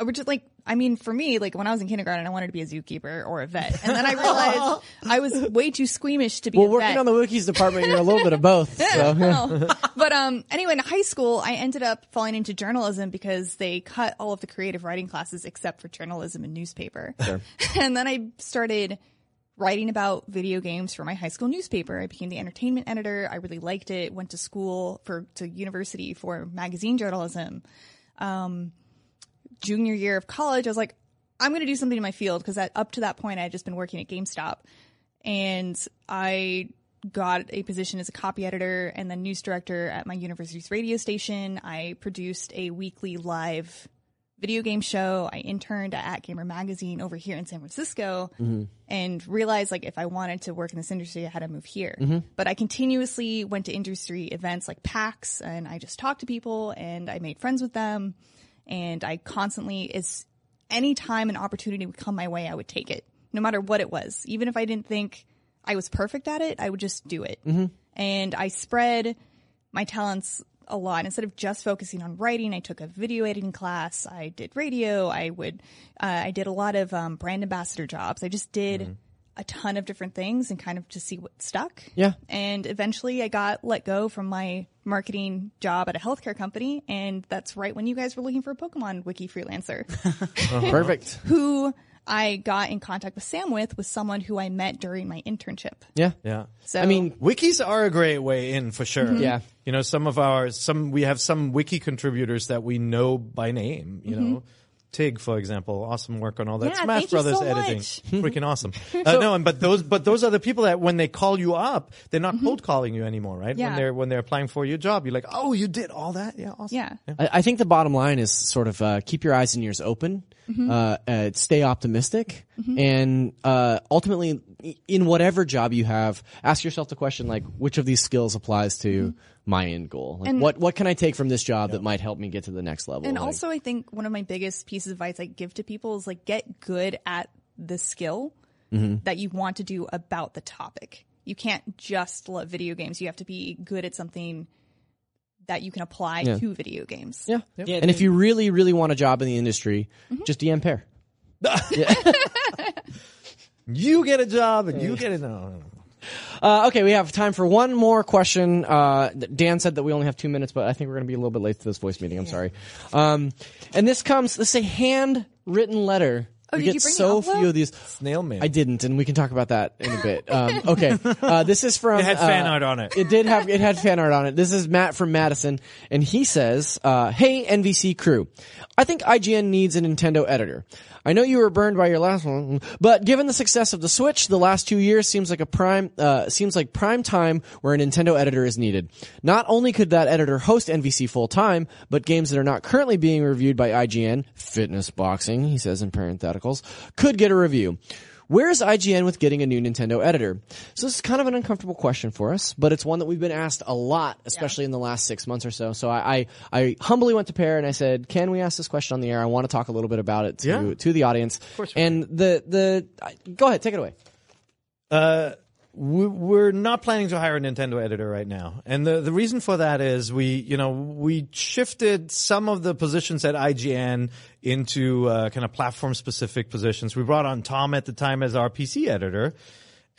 E: I would just like, I mean, for me, like when I was in kindergarten, I wanted to be a zookeeper or a vet, and then I realized I was way too squeamish to be.
C: Well,
E: a
C: working
E: vet.
C: on the wikis department, you're a little bit of both. So.
E: Oh. but um, anyway, in high school, I ended up falling into journalism because they cut all of the creative writing classes except for journalism and newspaper. and then I started writing about video games for my high school newspaper. I became the entertainment editor. I really liked it. Went to school for to university for magazine journalism. Um, junior year of college, I was like, I'm going to do something in my field because up to that point, I had just been working at GameStop, and I got a position as a copy editor and then news director at my university's radio station. I produced a weekly live video game show. I interned at Gamer Magazine over here in San Francisco and realized like if I wanted to work in this industry, I had to move here. But I continuously went to industry events like PAX and I just talked to people and I made friends with them and I constantly is any time an opportunity would come my way, I would take it, no matter what it was. Even if I didn't think I was perfect at it, I would just do it. And I spread my talents a lot. Instead of just focusing on writing, I took a video editing class. I did radio. I would, uh, I did a lot of um, brand ambassador jobs. I just did a ton of different things and kind of to see what stuck.
C: Yeah.
E: And eventually I got let go from my marketing job at a healthcare company. And that's right when you guys were looking for a Pokemon Wiki freelancer
C: Perfect.
E: who I got in contact with Sam with was someone who I met during my internship.
C: Yeah.
D: Yeah.
E: So
C: I mean,
D: Wikis are a great way in for sure.
E: Mm-hmm.
C: Yeah.
D: You know, some of our some we have some wiki contributors that we know by name, you know. Tig, for example, awesome work on all that
E: Mm-hmm. Yeah,
D: Smash
E: thank you
D: Brothers
E: so
D: editing,
E: much.
D: freaking awesome. Uh, no, and but those, but those are the people that when they call you up, they're not cold calling you anymore, right? When
E: Mm-hmm. Yeah.
D: they're when they're applying for your job, you're like, oh, you did all that, yeah, awesome.
E: yeah.
C: I, I think the bottom line is sort of uh, keep your eyes and ears open,
E: Mm-hmm.
C: uh, uh, stay optimistic, and uh, ultimately, i- in whatever job you have, ask yourself the question like, which of these skills applies
E: Mm-hmm.
C: to my end goal? Like, what what can I take from this job that might help me get to the next level?
E: And
C: Like,
E: also, I think one of my biggest pieces of advice I give to people is like get good at the skill
C: Mm-hmm.
E: that you want to do about the topic. You can't just love video games. You have to be good at something that you can apply to video games.
C: yeah.
B: Yeah,
C: and if you really, really want a job in the industry,
E: Mm-hmm.
C: just DM pair.
D: You get a job and you get a no.
C: Uh, okay, we have time for one more question. Uh, Dan said that we only have two minutes, but I think we're going to be a little bit late to this voice meeting. I'm sorry. Um, and this comes, this is a handwritten letter.
E: Oh,
C: we
E: did
C: get
E: you bring an
C: so
E: envelope?
C: few of these.
D: Snail mail.
C: I didn't, and we can talk about that in a bit. Um, okay, uh, this is from.
D: It had fan
C: uh,
D: art on it.
C: it did have it had fan art on it. This is Matt from Madison, and he says, uh, "Hey NVC crew, I think IGN needs a Nintendo editor. I know you were burned by your last one, but given the success of the Switch, the last two years seems like a prime uh, seems like prime time where a Nintendo editor is needed. Not only could that editor host NVC full time, but games that are not currently being reviewed by IGN, fitness boxing, he says in parentheticals, could get a review." Where is IGN with getting a new Nintendo editor? So this is kind of an uncomfortable question for us, but it's one that we've been asked a lot, especially in the last six months or so. So I, I, I humbly went to Pear and I said, "Can we ask this question on the air? I want to talk a little bit about it to to the audience." Of course. And the the I, go ahead, take it away.
D: we- we're not planning to hire a Nintendo editor right now, and the the reason for that is we you know we shifted some of the positions at IGN into uh, kind of platform specific positions. We brought on Tom at the time as our PC editor.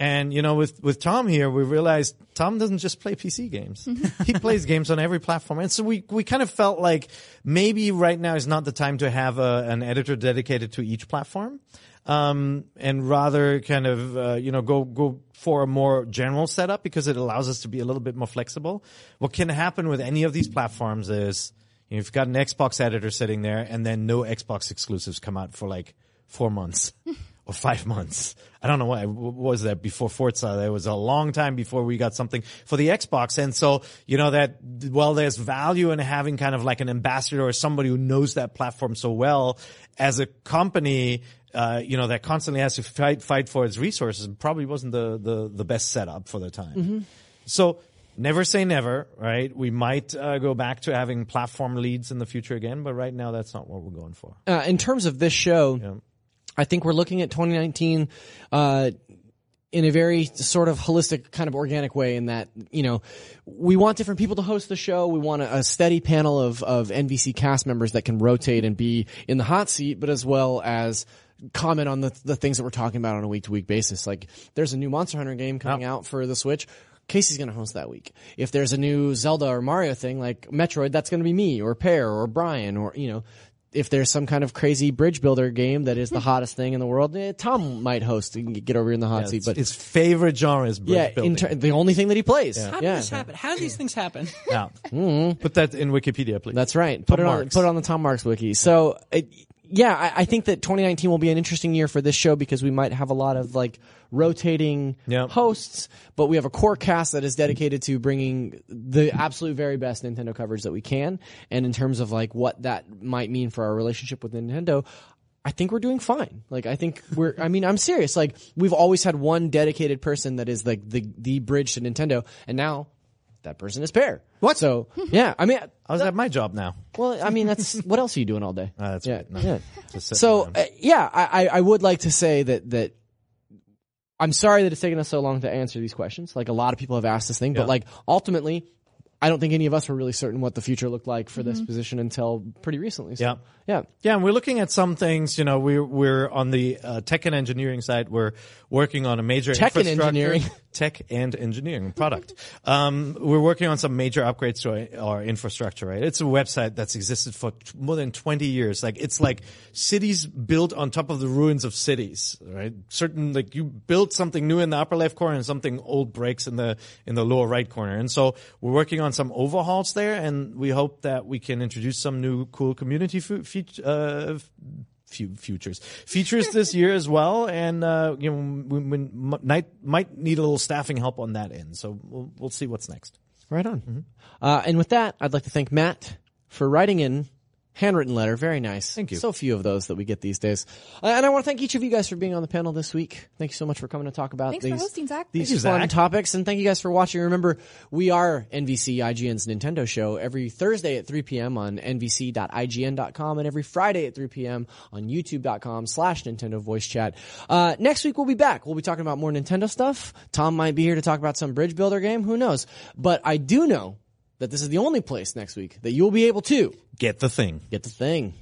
D: And you know, with with Tom here, we realized Tom doesn't just play PC games. he plays games on every platform, and so we we kind of felt like maybe right now is not the time to have a, an editor dedicated to each platform, um, and rather kind of uh, you know go go for a more general setup because it allows us to be a little bit more flexible. What can happen with any of these platforms is you know, you've got an Xbox editor sitting there, and then no Xbox exclusives come out for like four months or five months. I don't know why. What was that before Forza? That was a long time before we got something for the Xbox. And so, you know, that, well, there's value in having kind of like an ambassador or somebody who knows that platform so well as a company. Uh, you know that constantly has to fight fight for its resources. Probably wasn't the the, the best setup for the time. So never say never, right? We might uh, go back to having platform leads in the future again, but right now that's not what we're going for.
C: Uh, in terms of this show, I think we're looking at 2019. Uh, in a very sort of holistic kind of organic way in that you know we want different people to host the show we want a, a steady panel of of NBC cast members that can rotate and be in the hot seat but as well as comment on the the things that we're talking about on a week to week basis like there's a new monster hunter game coming out for the switch Casey's going to host that week. If there's a new Zelda or Mario thing like Metroid, that's going to be me or Pear or Brian or, you know, if there's some kind of crazy bridge builder game that is the hottest thing in the world, eh, Tom might host and get over in the hot seat.
D: It's-
C: But
D: his favorite genre is bridge
C: yeah,
D: building.
C: in ter- the only thing that he plays. Yeah,
B: How did this happen? How did these things happen?
D: yeah. Put that in Wikipedia, please.
C: Mm-hmm. that's right. Put
D: Tom
C: it on.
D: Marks.
C: Put it on the Tom Marks wiki. So, it, yeah, I, I think that 2019 will be an interesting year for this show because we might have a lot of like rotating
D: Yep.
C: hosts, but we have a core cast that is dedicated to bringing the absolute very best Nintendo coverage that we can. And in terms of like what that might mean for our relationship with Nintendo. I think we're doing fine. Like I think we're I mean I'm serious. Like we've always had one dedicated person that is like the the bridge to Nintendo and now that person is Pear. What? So yeah, I mean,
D: How's that my job now?
C: well, I mean that's what else are you doing all day?
D: Ah, that's
C: yeah,
D: right. No.
C: yeah.
D: Just sitting
C: So
D: around.
C: uh, yeah, I, I I would like to say that that I'm sorry that it's taken us so long to answer these questions. Like a lot of people have asked this thing, but like ultimately, I don't think any of us were really certain what the future looked like for
E: Mm-hmm.
C: this position until pretty recently. So,
D: Yeah.
C: yeah,
D: Yeah, and we're looking at some things. You know, we're we're on the uh, tech and engineering side. We're working on a major
C: Tech and
D: infrastructure-
C: engineering.
D: tech and engineering product. um, we're working on some major upgrades to our, our infrastructure. Right, it's a website that's existed for t- more than twenty years. Like it's like cities built on top of the ruins of cities. Right, certain like you build something new in the upper left corner and something old breaks in the in the lower right corner. And so we're working on some overhauls there, and we hope that we can introduce some new cool community fu- feat- uh, few futures features this year as well and uh you know we, we m- might might need a little staffing help on that end so we'll, we'll see what's next
C: right on. Uh, and with that, I'd like to thank Matt for writing in. Handwritten letter, very nice. Thank
D: you.
C: So few of those that we get these days, uh, and I want to thank each of you guys for being on the panel this week. Thank you so much for coming to talk about
E: Thanks
C: these
E: for hosting, Zach.
C: these
D: Thank you,
C: fun
D: Zach.
C: topics. And thank you guys for watching. Remember, we are NVC IGN's Nintendo show every Thursday at 3 p.m. on nvc.ign.com and every Friday at 3 p.m. on youtube.com slash Nintendo voice chat. Uh, next week we'll be back. We'll be talking about more Nintendo stuff. Tom might be here to talk about some bridge builder game. Who knows? But I do know that this is the only place next week that you'll be able to
D: get the thing
C: get the thing.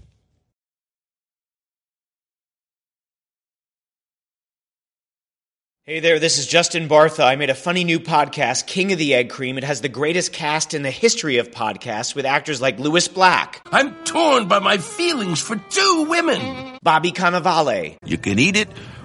F: Hey there, this is Justin Bartha. I made a funny new podcast, King of the Egg Cream. It has the greatest cast in the history of podcasts with actors like Louis Black,
G: I'm torn by my feelings for two women.
F: Bobby Cannavale,
G: You can eat it,